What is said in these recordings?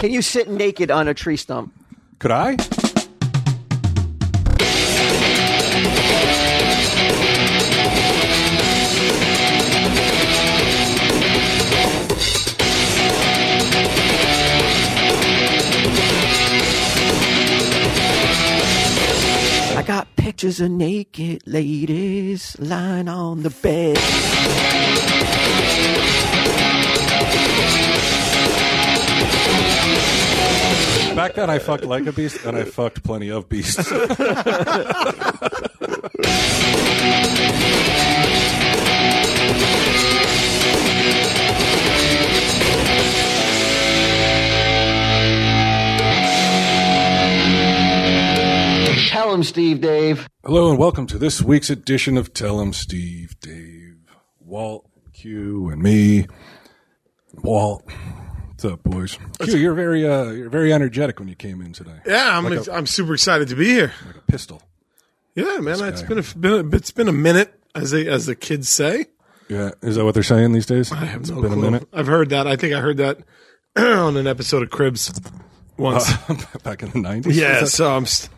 Can you sit naked on a tree stump? Could I? I got pictures of naked ladies lying on the bed. Back then, I fucked like a beast, and I fucked plenty of beasts. Tell him, Steve, Dave. Hello, and welcome to this week's edition of Tell 'em Steve, Dave, Walt, Q, and me. Walt, what's up, boys? Q, you're very, uh, you're very energetic when you came in today. Yeah, I'm Like a- I'm super excited to be here. Like a pistol. Yeah, man, it's been a, been a it's been a minute as they as the kids say. Yeah, is that what they're saying these days? I have It's no been clue. a minute. I've heard that. I think I heard that on an episode of Cribs once. Uh, Back in the nineties. yeah, so I'm st-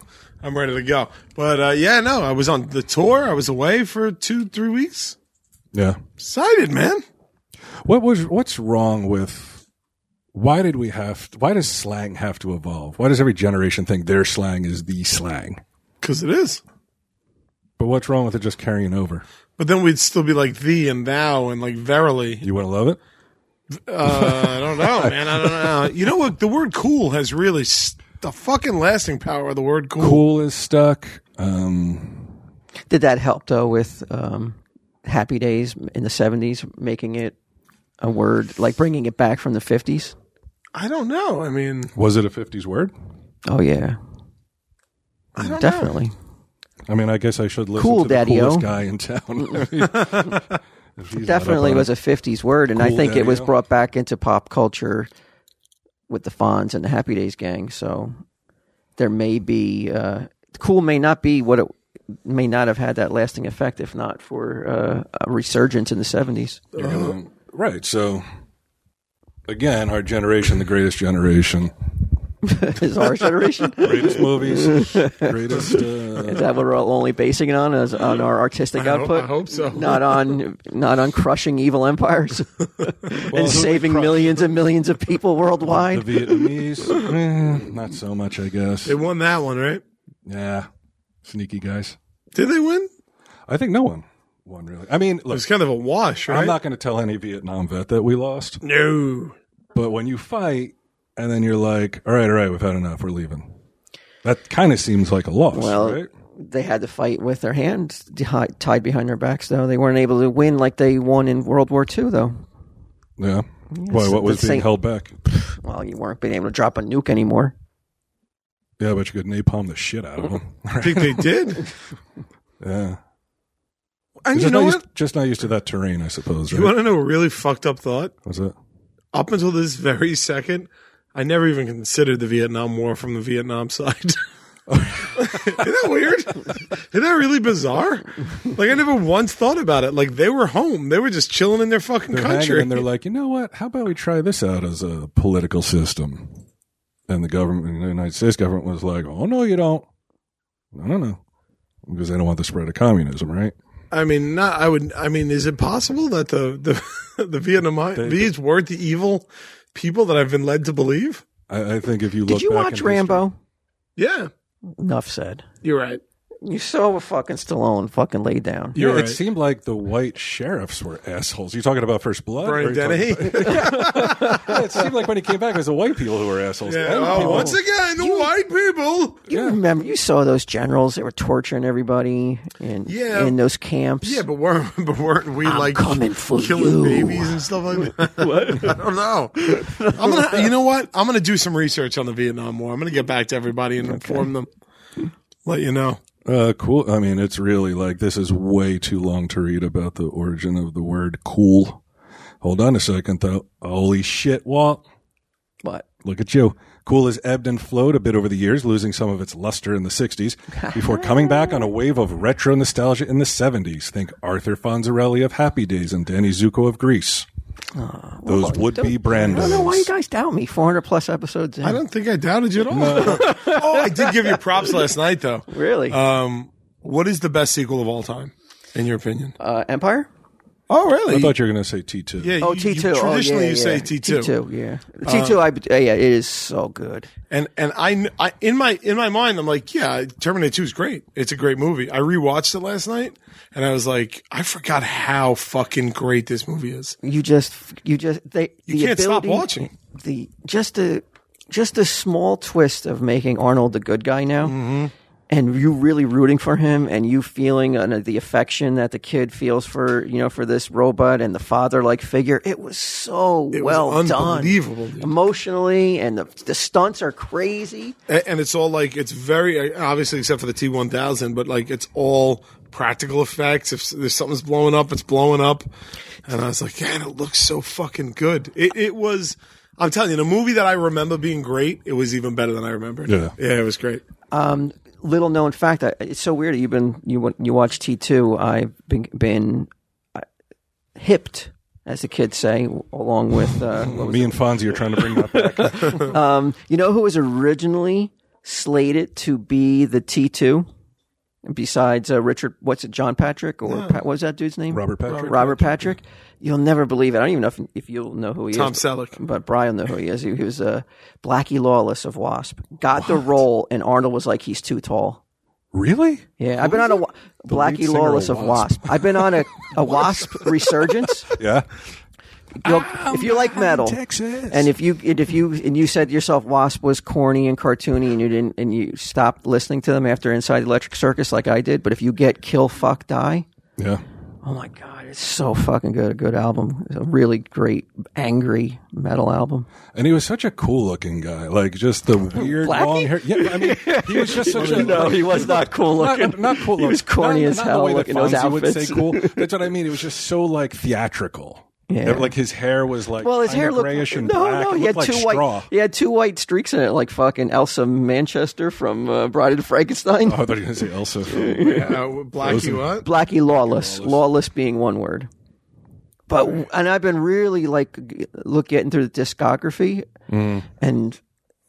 I'm ready to go. But uh, yeah, no, I was on the tour. I was away for two three weeks. yeah. Excited, man. What was? What's wrong with? Why did we have? Why does slang have to evolve? Why does every generation think their slang is the slang? Because it is. But what's wrong with it just carrying over? But then we'd still be like thee and thou and like verily. You wouldn't love it. Uh, I don't know, man. I don't know. You know what? The word cool has really st- the fucking lasting power of the word Cool is stuck. Um, Did that help though with um, Happy Days in the seventies, making it a word like bringing it back from the fifties? I don't know. I mean, was it a '50s word? Oh yeah, I don't know. definitely. I mean, I guess I should listen Cool, to the Daddy-o. coolest guy in town. If he's not Definitely up on was it. a fifties word, and I Cool think it was daddy-o. brought back into pop culture with the Fonz and the Happy Days gang. So there may be uh, cool may not be what it may not have had that lasting effect if not for uh, a resurgence in the seventies. You're gonna- Um, right. So again, our generation, the greatest generation, Is our generation? greatest movies, greatest. Uh, Is that what we're all only basing it on? Is on our artistic I hope- output? I hope so. Not on not on crushing evil empires and saving millions and millions of people the worldwide. Vietnamese, eh, not so much, I guess. They won that one, right? Yeah, sneaky guys. Did they win? I think no one won really. I mean, It look, was kind of a wash, right? I'm not going to tell any Vietnam vet that we lost, No. but when you fight and then you're like, all right, all right, we've had enough, we're leaving. That kind of seems like a loss, Well, right? they had to fight with their hands di- tied behind their backs, though they weren't able to win like they won in World War II, though. Yeah. Why? What was the being same- held back? Well, you weren't being able to drop a nuke anymore. Yeah, but you could napalm the shit out Mm-hmm. of them. I think they did. yeah. And you just, know not what? used, just not used to that terrain, I suppose. You Right? want to know a really fucked up thought? Was it? Up until this very second, I never even considered the Vietnam War from the Vietnam side. Isn't that weird? Isn't that really bizarre? Like I never once thought about it. Like they were home. They were just chilling in their fucking They're hanging country. and they're like, you know what? How about we try this out as a political system? And the government, the United States government, was like, oh no, you don't. No, no, no, because they don't want the spread of communism, right? I mean, not. I would. I mean, is it possible that the the the Vietnamese these weren't the evil people that I've been led to believe? I, I think if you look, Did you back watch in history- Rambo? Yeah, Enough said. you're right. You saw fucking Stallone fucking laid down. You're Yeah, right. It seemed like the white sheriffs were assholes. You talking about First Blood? Or Brian you talking Dennehy. about- Yeah, it seemed like when he came back, it was the white people who were assholes. Yeah, And oh, people- once again, the white people. You remember? You saw those generals that were torturing everybody in Yeah. in those camps. Yeah, but weren't but weren't we I'm like coming for killing you. babies and stuff like that? I don't know. I'm gonna. You know what? I'm gonna do some research on the Vietnam War. I'm gonna get back to everybody and inform them. Let you know. Uh, cool. I mean, it's really like this is way too long to read about the origin of the word cool. Hold on a second, though. Holy shit, Walt. but Look at you. Cool has ebbed and flowed a bit over the years, losing some of its luster in the 60s before coming back on a wave of retro nostalgia in the 70s. Think Arthur Fonzarelli of Happy Days and Danny Zuko of Grease. Those would be I don't know why you brandos. guys doubt me. 400 plus episodes in. I don't think I doubted you at all. oh, I did give you props last night, though. really. Uh, Um, what is the best sequel of all time, in your opinion? Uh, Empire? Oh, really? I thought you were going to say T two. yeah, Oh, you- T2. You, traditionally, oh, yeah, you say yeah. T two. T2, yeah. T2, I, uh, yeah, it is so good. And and I, kn- I in my in my mind, I'm like, yeah, Terminator Two is great. It's a great movie. I rewatched it last night, and I was like, I forgot how fucking great this movie is. You just, you just, they, you can't stop watching. The, just the, just the small twist of making Arnold the good guy now. Mm-hmm. And you really rooting for him, and you feeling uh, the affection that the kid feels for you know for this robot and the father like figure. It was so was well unbelievable, done, dude. emotionally, and the the stunts are crazy. And, and it's all like it's very uh, obviously except for the T one thousand, but like it's all practical effects. If there's something's blowing up, it's blowing up. And I was like, man, it looks so fucking good. It, it was. I'm telling you, the movie that I remember being great, it was even better than I remembered. Yeah. yeah, it was great. little known fact. I, it's so weird. You've been you wa- you watch T two. I've been been uh, hipped, as the kids say, along with uh, what was Me and Fonzie are trying to bring that back. you know who was originally slated to be the T two. Besides uh, Richard, what's it, John Patrick or Pat, what was that dude's name? Robert Patrick. Robert Patrick. You'll never believe it. I don't even know if, if you'll know who he Tom is. Selleck. but Brian will know who he is. He, he was uh, Blackie Lawless of Wasp. Got the role, and Arnold was like, "He's too tall." really? Yeah, I've been on a wa- lead Blackie singer Lawless of of Wasp. I've been on a, a Wasp resurgence. Yeah. You'll- if you like metal, Texas. and if you and if you and you said to yourself Wasp was corny and cartoony, and you didn't and you stopped listening to them after Inside the Electric Circus, like I did. But if you get Kill, Fuck, Die, Yeah. oh my god, it's so fucking good. A good album, it's a really great angry metal album. And he was such a cool looking guy. Like just the weird Blackie? long hair. Yeah, I mean, he was just such a he was not cool Not, not cool. He was looking. corny Not- as not hell The way looking. that Those Fonzie would outfits. say cool. That's what I mean. It was just so like theatrical. Yeah. Like his hair was like Well, his kinda hair looked grayish and no, black. no. It He had looked two like white, straw. he had two white streaks in it, like fucking Elsa Manchester from uh, Bride of Frankenstein. Oh, I thought you were going to say Elsa. Uh, Blackie, what? Blackie Lawless, Lawless, being one word. But and I've been really like g- look getting through the discography, Mm. and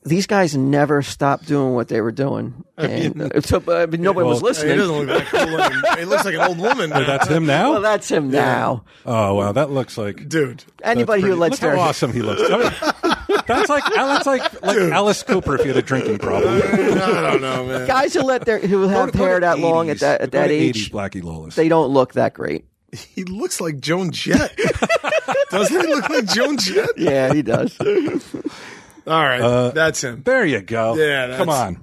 these guys never stopped doing what they were doing. And, uh, so, but, I mean, nobody was Hey, listening. It doesn't look that cool. anymore. it looks like an old woman. now. That's him now. well, that's him now. oh wow, that looks like that's Dude, Anybody who pretty- lets look their how awesome he looks. I mean, that's like that's like like Alice Cooper if he had a drinking problem. I don't know, man. guys who let their who have Go to- go hair to that long at 80s. that at Go to that 80s age, Blackie Lawless. they don't look that great. He looks like Joan Jett. Doesn't he look like Joan Jett? Yeah, he does. All right, that's him. there you go. Yeah, that's- come on.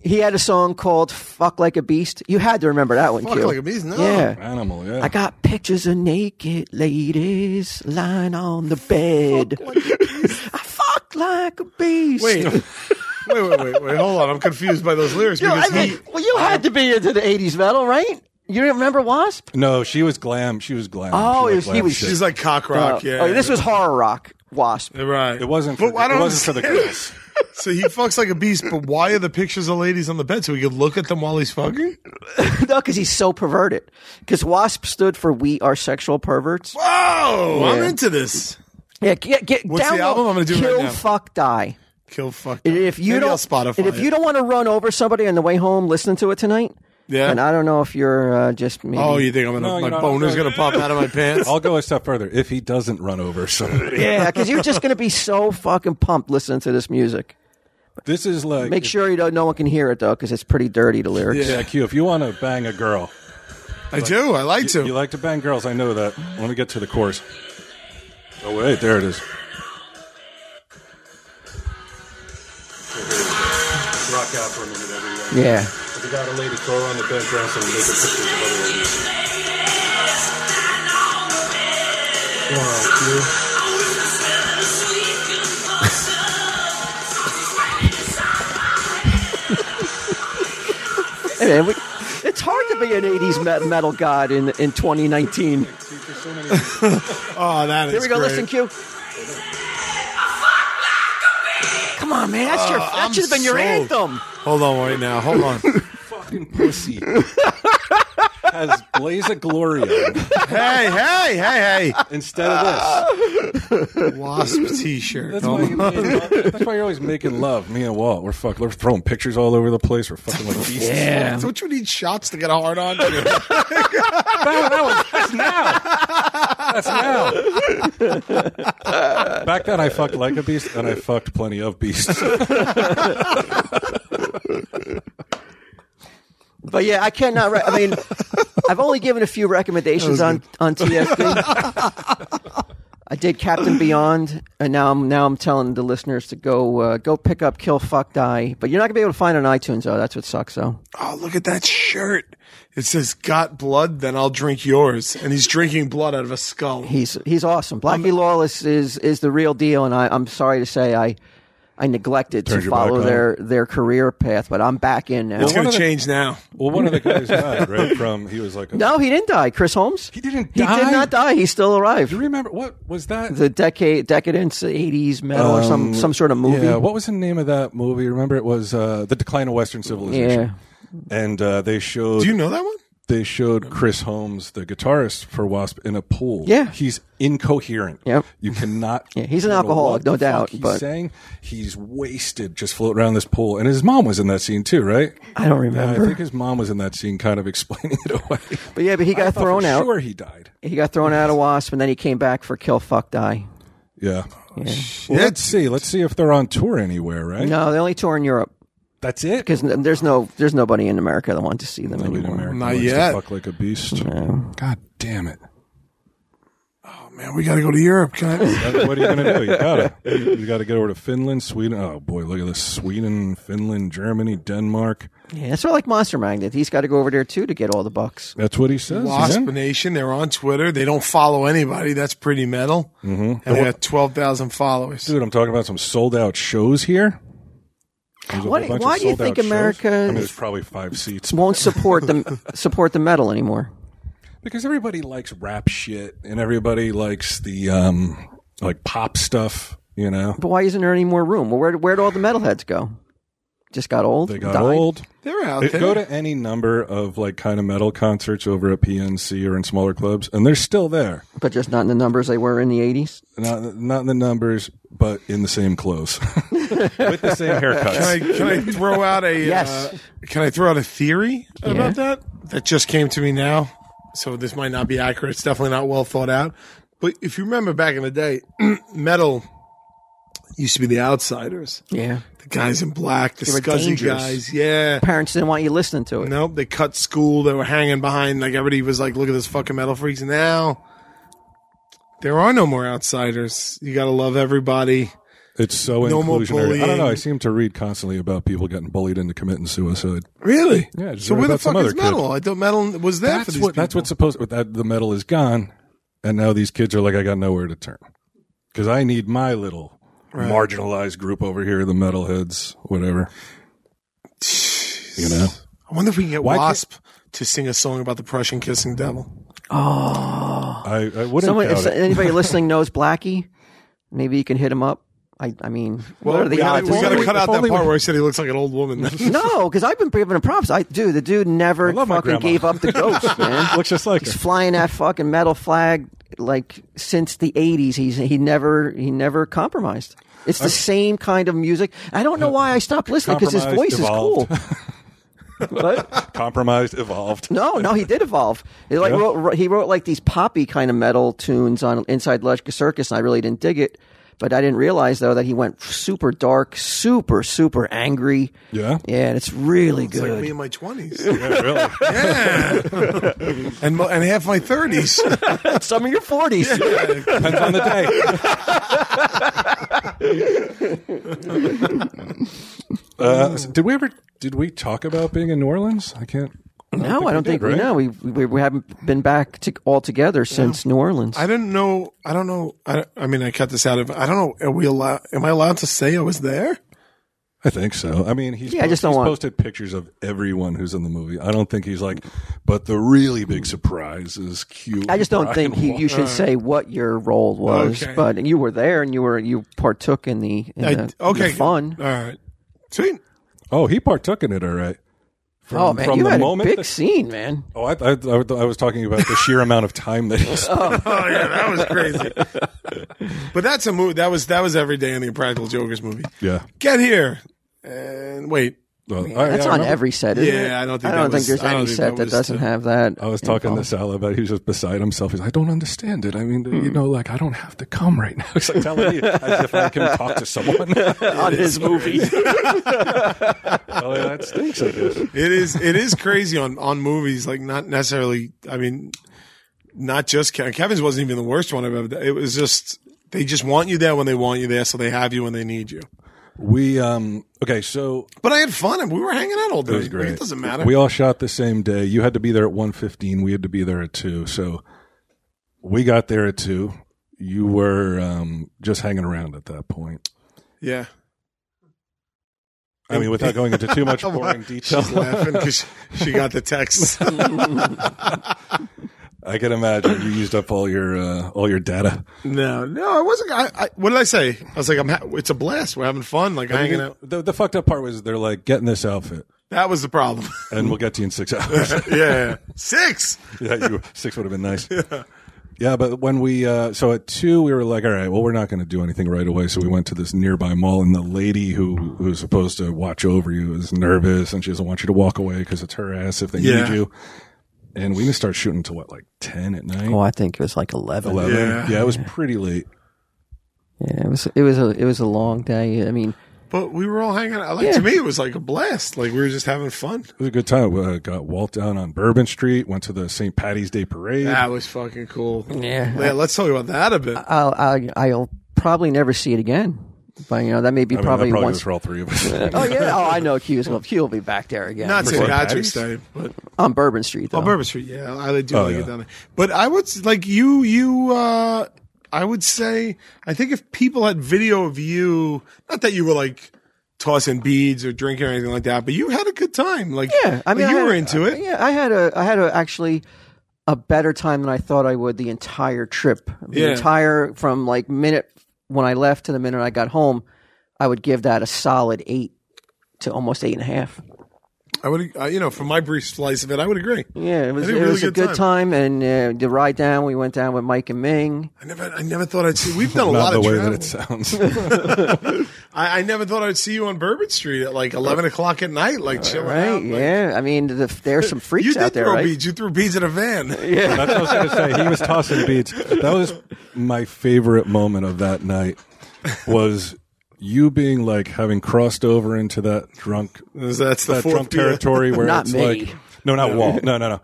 he had a song called "Fuck Like a Beast." You had to remember that one. Fuck Q. Like a Beast? No. Yeah. Animal. Yeah. I got pictures of naked ladies lying on the bed. I fuck like a beast. Wait, wait, wait, wait, wait. Hold on, I'm confused by those lyrics You know, I because mean, he. well, you had to be into the '80s metal, right? You remember Wasp? no, she was glam. She was glam. Oh, She it liked was- he glam was- shit. She's like cock rock. Oh, yeah. oh, this was horror rock. Wasp. right. It wasn't. For, But I it don't wasn't for the understand. girls. So he fucks like a beast, but why are the pictures of ladies on the bed so he could look at them while he's fucking? no, because he's so perverted. Because Wasp stood for "We Are Sexual Perverts." Whoa, I'm Yeah. into this. Yeah, get, get What's the download- album? I'm gonna do it Kill, right now. fuck, die. Kill fuck. And if you Maybe don't I'll Spotify and if it. you don't want to run over somebody on the way home, listening to it tonight. Yeah. And I don't know if you're uh, just maybe. oh, you think I'm gonna No, my you're not- boner's gonna pop out of my pants? I'll go a step further. If he doesn't run over somebody, yeah, because you're just going to be so fucking pumped listening to this music. this is like Make sure you don't. No one can hear it though, because it's pretty dirty. The lyrics. Yeah, Q. If you want to bang a girl, I do. I like to. you like to bang girls. I know that. Let me get to the chorus. Oh wait, there it is. Rock out for a minute, everyone. Yeah. If you got a lady, throw her on the bed, grab some, make a picture of other ladies. Hey, man, we, it's hard to be an '80s me- metal god in in 2019. Oh, that is. Here we go. Great. Listen, Q. Come on, man. That's your. That Uh, I'm should have been your sold. anthem. Hold on, right now. Hold on. Fucking pussy. has Blaze of Glory on it hey, hey, hey, hey. instead of this. Wasp t shirt. That's why, you that's why you're always making love, me and Walt. We're fucking, we're throwing pictures all over the place. We're fucking like beasts. Yeah. That's what you need shots to get a hard on to. That, that was, that's now. That's now. Back then, I fucked like a beast, and I fucked plenty of beasts. But yeah, I cannot. Re- I mean, I've only given a few recommendations on on TSD. I did Captain Beyond, and now I'm now I'm telling the listeners to go uh, go pick up Kill Fuck Die. But you're not gonna be able to find it on iTunes though. That's what sucks though. oh, look at that shirt. It says, Got blood, then I'll drink yours. And he's drinking blood out of a skull. He's he's awesome. Blackie Lawless is is the real deal, and I, I'm sorry to say I I neglected to Turned your back follow on their their career path, but I'm back in now. It's going one of to the- change now. Well, one of the guys died, right? From he was like, a, No, he didn't die. Chris Holmes. He didn't He die? did not die. He's still Do alive. you remember what was that? The decade decadence, eighties metal, or some some sort of movie. Um, Yeah, what was the name of that movie? Remember, it was uh, the Decline of Western Civilization. and uh, they showed Do you know that one? they showed Chris Holmes, the guitarist for Wasp, in a pool. Yeah. he's incoherent. Yep. you cannot. Yeah, he's an I don't know alcoholic, what no the fuck doubt, He's but- saying he's wasted, just floating around this pool, and his mom was in that scene too, right? I don't Yeah, I remember. think his mom was in that scene, kind of explaining it away. But yeah, but he I got thought for thrown out. Sure, he died. He got thrown out of Wasp, and then he came back for Kill Fuck Die. Yeah. Well, let's see. Let's see if they're on tour anywhere, right? No, they only tour in Europe That's it. because there's no there's nobody in America that wants to see them Wait, anymore. America Not likes to yet. Fuck like a beast. God damn it. Oh, man, we got to go to Europe. Can I? That- what are you gonna do? You gotta, you gotta get over to Finland, Sweden. Oh boy, look at this: Sweden, Finland, Germany, Denmark. Yeah, that's sort of like Monster Magnet. He's got to go over there too to get all the bucks. That's what he says. Wasp man. Nation. They're on Twitter. They don't follow anybody. That's pretty metal. Mm-hmm. And they got 12,000 followers. Dude, I'm talking about some sold-out shows here. There's a Why- whole bunch why of do you sold-out think shows. America- I mean, there's probably five seats Won't support the support the metal anymore. because everybody likes rap shit and everybody likes the um, like pop stuff. You know, But why isn't there any more room? Well, where where'd all the metalheads go? Just got old. they got died? old. They're out It- there. go to any number of like kind of metal concerts over at PNC or in smaller clubs, and they're still there. but just not in the numbers they were in the eighties. Not not in the numbers, but in the same clothes, with the same Can I, haircuts. can I throw out a Yes. uh, Can I throw out a theory Yeah. about that? That just came to me now. So this might not be accurate. It's definitely not well thought out. But if you remember back in the day, metal used to be the outsiders, Yeah, the guys in black, the were scuzzy dangerous. guys. Yeah. parents didn't want you listening to it. Nope, they cut school. They were hanging behind. Like everybody was like, "Look at this fucking metal freaks!" Now there are no more outsiders. You got to love everybody. It's so No more inclusionary. I don't know. I bullying. seem to read constantly about people getting bullied into committing suicide. Really? Yeah, just So read where the about some fuck is other kid. metal? I thought metal was there for That's these what. That's people. what's supposed. That the metal is gone, and now these kids are like, I got nowhere to turn because I need my little marginalized group over here, the metalheads, whatever. You know. I wonder if we can get Why can't- Wasp to sing a song about the Prussian kissing devil. Oh, I, I wouldn't Someone, doubt if it. anybody listening knows Blackie, maybe you can hit him up. I, I mean, what are the we gotta, odds? we gotta only- cut if out that only part we- where I said he looks like an old woman. no, because I've been giving him props. I dude, the dude never love my fucking grandma. gave up the ghost, man. Looks just like He's her. flying that fucking metal flag like since the '80s. He's he never he never compromised. It's the same kind of music. I don't know why I stopped listening because his voice Compromised, evolved. is cool. What? compromised, evolved. No, no, he did evolve. He like Yeah? wrote, he wrote like these poppy kind of metal tunes on Inside Logic Circus, and I really didn't dig it. But I didn't realize though that he went super dark, super super angry. Yeah? yeah, and it's really It's like good. me in my twenties Yeah, really. and mo- and half my thirties. Some of your forties. Depends on the day. uh, so did we ever? Did we talk about being in New Orleans? I can't. No, I don't think did, we right? know. We, we we haven't been back to, all together since New Orleans. I didn't know. I don't know. I, don't- I mean, I cut this out of. I don't know. Are we allowed? Am I allowed to say I was there? I think so. I mean, he's, Yeah, I just don't he's want- posted pictures of everyone who's in the movie. I don't think he's like, but the really big surprise is Q. I just don't Brian think you, Wall." you should say what your role was, Okay. but you were there and you were you partook in the, in I, the, okay. the fun. All right. Sweet. Oh, he partook in it, all right. From, oh man, from you the had moment a big that- scene, man. Oh, I, I, I was talking about the sheer amount of time that he spent. Oh yeah, that was crazy. but that's a movie. That was that was every day in the Impractical Jokers movie. Yeah. Get here and wait. Well, I- I That's on remember- every set, isn't Yeah, it? I don't think I don't that think was- there's I don't any think set that that was- doesn't have that. I was talking to involved. Sal about he was just beside himself. He's like, I don't understand it. I mean, you know, like I don't have to come right now. It's like telling you as if I can talk to someone. oh, on his movie. yeah, that stinks. I guess. It is it is crazy on on movies like not necessarily. I mean, not just Kevin. Kevin's wasn't even the worst one I've ever. It was just they just want you there when they want you there, so they have you when they need you. We um okay, so But I had fun and we were hanging out all day. it was great. Like, it doesn't matter. We all shot the same day. You had to be there at one fifteen. We had to be there at two. So we got there at two. You were um just hanging around at that point. yeah. I mean, without going into too much boring detail, She's laughing because she got the text. I can imagine you used up all your uh, all your data. no, no, I wasn't. I, I, what did I say? I was like, I'm. Ha- it's a blast. We're having fun. Like hanging out. The, the fucked up part was they're like, get in this outfit, That was the problem. and we'll get to you in six hours. yeah, yeah. six. yeah, you, six would have been nice. Yeah. but when we uh, so at two, we were like, all right, well, we're not going to do anything right away. So we went to this nearby mall, and the lady who who's supposed to watch over you is nervous, and she doesn't want you to walk away because it's her ass if they Yeah. need you. And we didn't start shooting until what, like ten at night, oh, I think it was like 11. eleven. Yeah. it was pretty late. Yeah, it was. It was a. It was a long day. I mean, But we were all hanging out. Like Yeah. to me, it was like a blast. Like we were just having fun. It was a good time. We uh, got walked down on Bourbon Street, went to the St. Patty's Day parade. That was fucking cool. Yeah. Man, let's talk about that a bit. I'll. I'll, I'll probably never see it again. But you know, that may be I mean, probably, that probably was once. for all three of us. Oh yeah. Oh, I know. Q's. Well, Q will be back there again Not St. St. Patrick's Patty's? Day, but on Bourbon Street. Though. oh, Bourbon Street. Yeah, I do Oh, like yeah. it down there. But I would s- like you. You. uh I would say. I think if people had video of you, not that you were like tossing beads or drinking or anything like that, but you had a good time. Like Yeah, I mean, like, I you had- uh, were into it. Yeah, I had a, I had a actually a better time than I thought I would the entire trip. The Yeah. entire from like minute when I left to the minute I got home, I would give that a solid eight to almost eight and a half. I would. Uh, you know, from my brief slice of it, I would agree. Yeah, it was, Had it a really was a good good time, and uh, the ride down we went down with Mike and Ming. I never. I never thought I'd see. We've done a Not lot the of way traveling. that it sounds. I, I never thought I'd see you on Bourbon Street at like eleven o'clock at night, like chilling Oh. Right? out. like- yeah, I mean, the, there's some freaks you did out there, throw right? beads. You threw beads in a van. That's what I was going to say. He was tossing beads. That was my favorite moment of that night. Was you being like having crossed over into that drunk That's the that fourth drunk territory where Not it's me. like no, not Walt. No, no, no.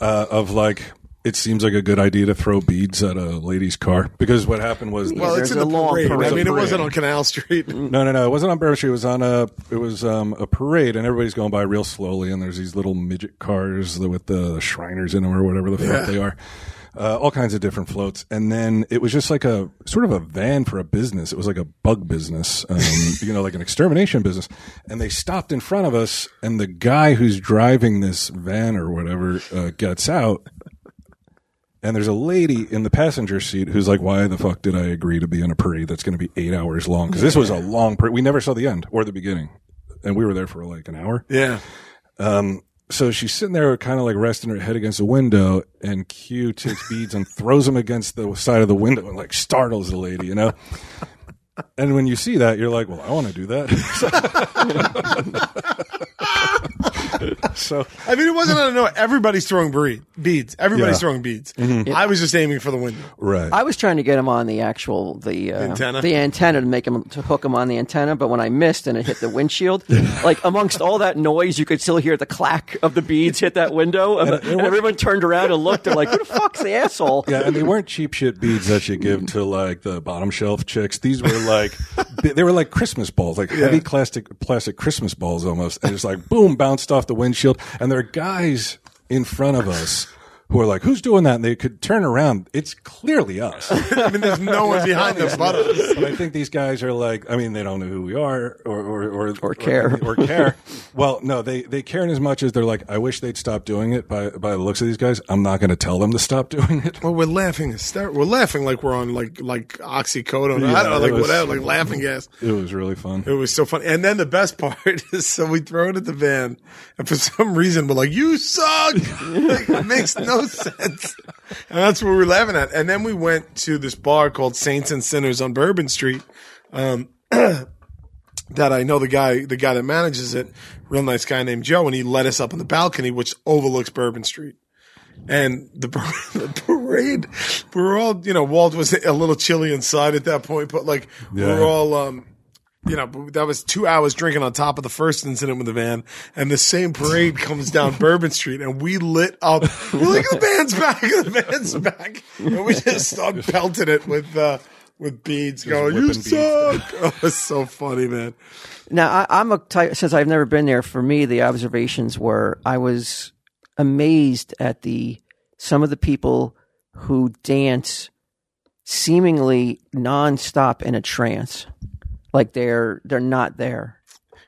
Uh, of like. It seems like a good idea to throw beads at a lady's car because what happened was Well, There's it's in the a long parade. parade. Mm-hmm. I mean, it Parade. wasn't on Canal Street. No, no, no. It wasn't on Bourbon Street. It was on a it was um, a parade, and everybody's going by real slowly. And there's these little midget cars with the Shriners in them or whatever the fuck they are. Uh, all kinds of different floats, and then it was just like a sort of a van for a business. It was like a bug business, um, you know, like an extermination business. And they stopped in front of us, and the guy who's driving this van or whatever uh, gets out, and there's a lady in the passenger seat who's like, "Why the fuck did I agree to be in a parade that's going to be eight hours long? Because this was a long parade. We never saw the end or the beginning, and we were there for like an hour. Yeah. So she's sitting there, kind of like resting her head against the window, and Q takes beads and throws them against the side of the window and like startles the lady, you know. And when you see that, you're like, "Well, I want to do that." so I mean, it wasn't out of nowhere. Everybody's throwing bre- beads. Everybody's Yeah. throwing beads. I was just aiming for the window. right, I was trying to get him on the actual the uh, Antenna? the antenna to make him to hook him on the antenna, but when I missed and it hit the windshield, like amongst all that noise, you could still hear the clack of the beads hit that window, and, and everyone turned around and looked. They're like, "Who the fuck's the asshole?" Yeah, and they weren't cheap shit beads that you give to like the bottom shelf chicks. These were like bi- they were like Christmas balls, like heavy plastic plastic Christmas balls almost. And it's like boom, bounced off the windshield. And there are guys in front of us who are like, "Who's doing that?" And they could turn around. It's clearly us. I mean, there's no one behind them but us. but I think these guys are like, I mean, they don't know who we are or or or, or care. or, care. well, no, they they care in as much as they're like, I wish they'd stop doing it. By by the looks of these guys, I'm not going to tell them to stop doing it. Well, we're laughing. hyster- We're laughing like we're on like like oxycodone. Yeah, I don't know, it like was- whatever, like laughing gas. It was really fun. It was so funny. And then the best part is so we throw it at the van, and for some reason we're like, You suck! like, it makes no sense. And that's what we were laughing at. And then we went to this bar called Saints and Sinners on Bourbon Street. Um That I know the guy, the guy that manages it, real nice guy named Joe, and he let us up on the balcony, which overlooks Bourbon Street and the, par- the parade. We were all, you know, Walt was a little chilly inside at that point, but like we Yeah. were all, um, you know, that was two hours drinking on top of the first incident with the van, and the same parade comes down Bourbon Street, and we lit up. We're like the van's back, the van's back, and we just started pelting it with uh, with beads, going, "You whipping beads. suck!" Oh, it's so funny, man. Now, I, I'm a type, since I've never been there, for me, the observations were I was amazed at the some of the people who dance seemingly nonstop in a trance. Like they're they're not there.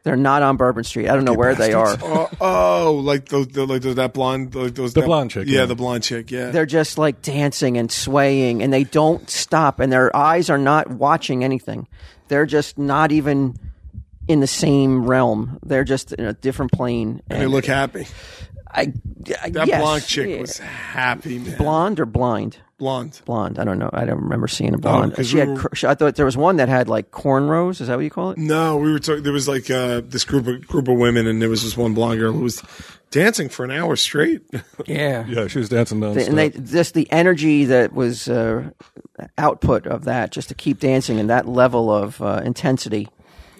They're not on Bourbon Street. I don't know where they are. Oh, oh like those, the, like those, that blonde, like those, the blonde chick, yeah, yeah. the blonde chick, yeah. They're just like dancing and swaying and they don't stop and their eyes are not watching anything. They're just not even in the same realm. They're just in a different plane. and they And look happy. I, I That yes, blonde chick yeah. was happy, man. blonde or blind? blonde. Blonde. I don't know. I don't remember seeing a blonde. Oh, 'cause she we had. were- cr- she- I thought there was one that had like cornrows. Is that what you call it? No, we were talking. There was like uh, this group of group of women, and there was this one blonde girl who was dancing for an hour straight. Yeah. Yeah, she was dancing down. And they just the energy that was uh, output of that, just to keep dancing and that level of uh, intensity.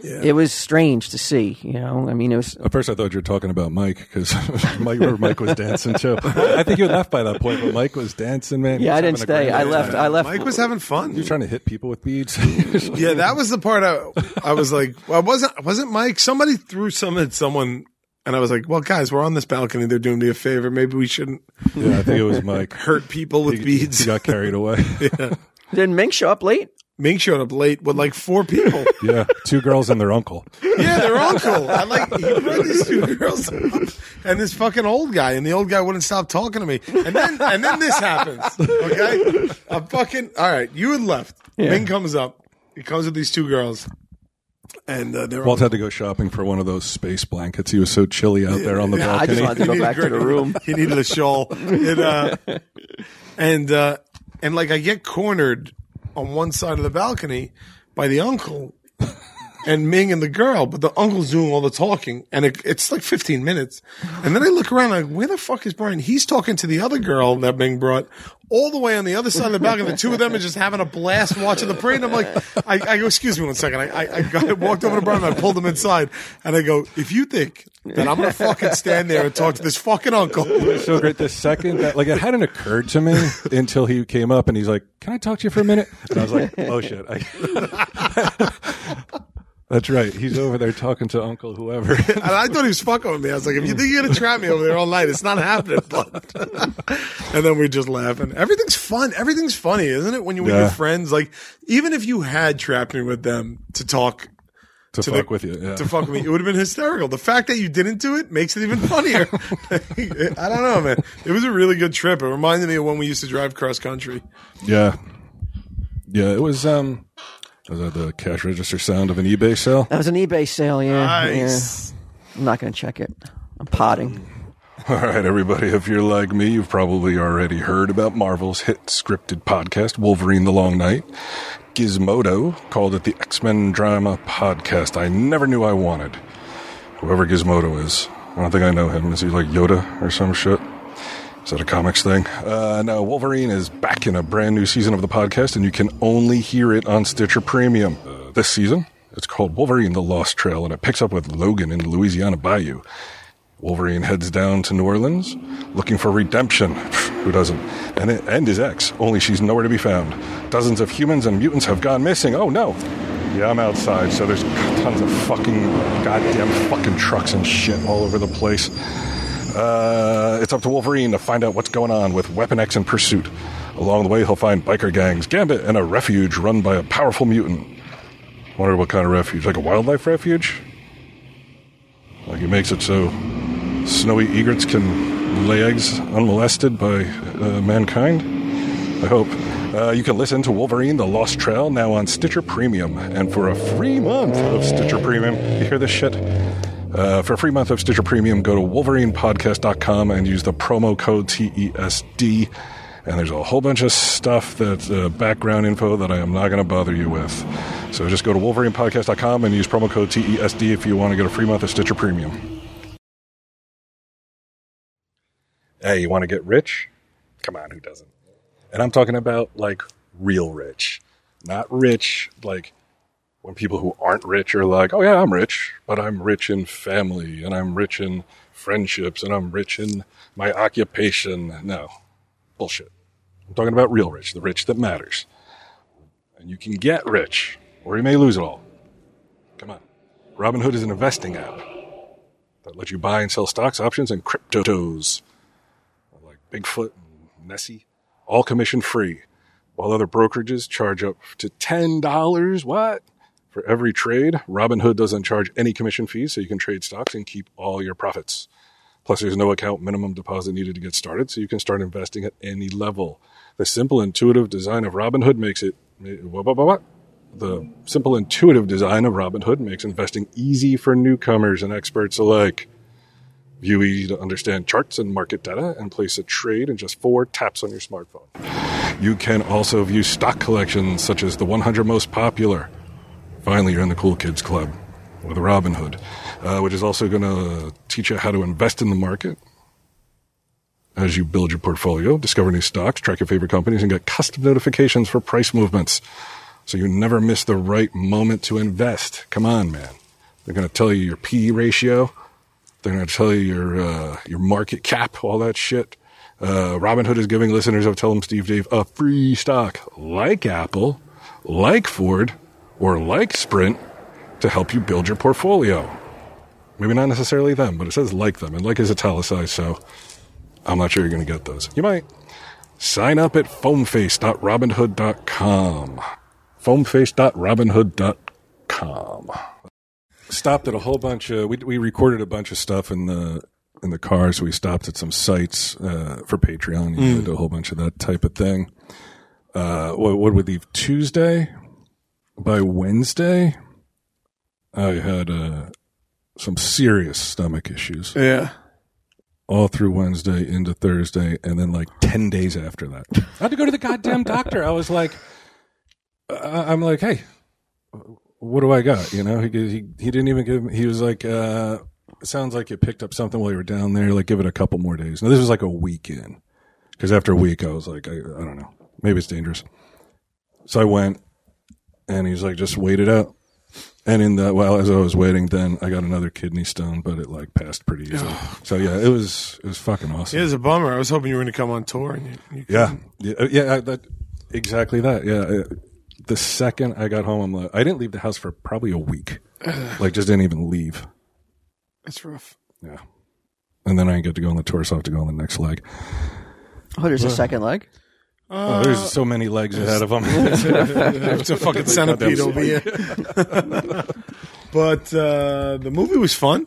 It was strange to see. You know, I mean, it was. At first, I thought you were talking about Mike because Mike, or Mike was dancing too. I think you left by that point, but Mike was dancing, man. He Yeah, was I didn't having a stay. great I day. left. I left. Mike was having fun. You're trying to hit people with beads. Yeah, that was the part I, I was like, well, wasn't wasn't Mike? Somebody threw some at someone, and I was like, well, guys, we're on this balcony. They're doing me a favor. Maybe we shouldn't yeah, I think it was Mike. hurt people with He beads. got carried away. Did Mink show up late? Ming showed up late with like four people. Yeah, two girls and their uncle. Yeah, their uncle. I like he brought these two girls up and this fucking old guy, and the old guy wouldn't stop talking to me. And then and then this happens. Okay, a fucking all right. You had left. Ming comes up. He comes with these two girls, and uh, they're Walt had to go shopping for one of those space blankets. He was so chilly out there on the I just balcony. wanted to go needed back to the great- room. He needed a shawl. And uh, and, uh, and like I get cornered on one side of the balcony by the uncle and Ming and the girl, but the uncle's doing all the talking, and it, it's like 15 minutes. And then I look around, like, where the fuck is Brian? He's talking to the other girl that Ming brought. All the way on the other side of the balcony, the two of them are just having a blast watching the parade. I'm like, I, I go, excuse me one second. I, I, I, got, I walked over to Brian, and I pulled him inside, and I go, if you think that I'm gonna fucking stand there and talk to this fucking uncle, so great. The second that, like, it hadn't occurred to me until he came up and he's like, "Can I talk to you for a minute?" And I was like, "Oh shit." I, that's right. He's over there talking to Uncle whoever. And I thought he was fucking with me. I was like, if you think you're gonna trap me over there all night, it's not happening. But and then we just laughing. Everything's fun. Everything's funny, isn't it? When you with Yeah. your friends, like even if you had trapped me with them to talk to, to fuck the- with you. Yeah. to fuck with me, it would have been hysterical. The fact that you didn't do it makes it even funnier. I don't know, man. It was a really good trip. It reminded me of when we used to drive cross country. yeah, yeah. It was um, was that the cash register sound of an eBay sale? That was an eBay sale. Yeah. Nice. Mm. yeah. I'm not going to check it. I'm potting. All right, everybody, if you're like me, you've probably already heard about Marvel's hit scripted podcast, Wolverine the Long Night. Gizmodo called it the X Men Drama Podcast I Never Knew I Wanted. Whoever Gizmodo is, I don't think I know him. Is he like Yoda or some shit? Is that a comics thing? Uh, no, Wolverine is back in a brand new season of the podcast, and you can only hear it on Stitcher Premium. Uh, this season, it's called Wolverine the Lost Trail, and it picks up with Logan in the Louisiana Bayou. Wolverine heads down to New Orleans looking for redemption. Pfft, Who doesn't? And, and his ex, only she's nowhere to be found. Dozens of humans and mutants have gone missing. Oh no! Yeah, I'm outside, so there's tons of fucking goddamn fucking trucks and shit all over the place. Uh, it's up to Wolverine to find out what's going on with Weapon X in pursuit. Along the way, he'll find biker gangs, Gambit, and a refuge run by a powerful mutant. Wonder what kind of refuge? Like a wildlife refuge? Like he makes it so snowy egrets can lay eggs unmolested by uh, mankind? I hope. Uh, you can listen to Wolverine The Lost Trail now on Stitcher Premium. And for a free month of Stitcher Premium, you hear this shit? Uh, for a free month of Stitcher Premium, go to WolverinePodcast.com and use the promo code TESD. And there's a whole bunch of stuff that uh, background info that I am not going to bother you with. So just go to WolverinePodcast.com and use promo code TESD if you want to get a free month of Stitcher Premium. Hey, you want to get rich? Come on, who doesn't? And I'm talking about like real rich, not rich like when people who aren't rich are like, oh yeah, I'm rich, but I'm rich in family and I'm rich in friendships and I'm rich in my occupation. No, bullshit. I'm talking about real rich, the rich that matters. And you can get rich or you may lose it all. Come on. Robinhood is an investing app that lets you buy and sell stocks, options, and cryptos like Bigfoot and Nessie, all commission free, while other brokerages charge up to $10. What? For every trade, Robinhood doesn't charge any commission fees, so you can trade stocks and keep all your profits. Plus, there's no account minimum deposit needed to get started, so you can start investing at any level. The simple, intuitive design of Robinhood makes it. What, what, what, what? The simple, intuitive design of Robinhood makes investing easy for newcomers and experts alike. View easy to understand charts and market data and place a trade in just four taps on your smartphone. You can also view stock collections such as the 100 most popular. Finally, you're in the cool kids club with Robinhood, uh, which is also going to teach you how to invest in the market as you build your portfolio, discover new stocks, track your favorite companies, and get custom notifications for price movements. So you never miss the right moment to invest. Come on, man. They're going to tell you your P E ratio. They're going to tell you your uh, your market cap, all that shit. Uh, Robinhood is giving listeners of Tell 'em Steve Dave a free stock like Apple, like Ford, or like Sprint to help you build your portfolio. Maybe not necessarily them, but it says like them, and like is italicized, so I'm not sure you're going to get those. You might. Sign up at foamface.robinhood.com. Foamface.robinhood.com. Stopped at a whole bunch of, we, we recorded a bunch of stuff in the, in the car, so we stopped at some sites uh, for Patreon. You know, did a whole bunch of that type of thing. Uh, what, what would leave Tuesday? By Wednesday, I had uh, some serious stomach issues Yeah. all through Wednesday into Thursday, and then like ten days after that, I had to go to the goddamn doctor. I was like, uh, I'm like, hey, what do I got? You know, he he, he didn't even give. He was like, uh, it sounds like you picked up something while you were down there. Like, give it a couple more days. Now this was like a weekend, because after a week, I was like, I, I don't know, maybe it's dangerous. So I went, and he's like, just wait it out. And in the well, as I was waiting, then I got another kidney stone, but it like passed pretty easily. so yeah, it was it was fucking awesome. It was a bummer. I was hoping you were going to come on tour. And you, you, Yeah, yeah, uh, yeah. I- That exactly that. Yeah. I- The second I got home, I'm like, I didn't leave the house for probably a week. like, just didn't even leave. That's rough. Yeah. And then I didn't get to go on the tour, so I have to go on the next leg. Oh, there's a second leg. oh, there's so many legs ahead of them. it's a fucking Centipede over here. but uh, the movie was fun.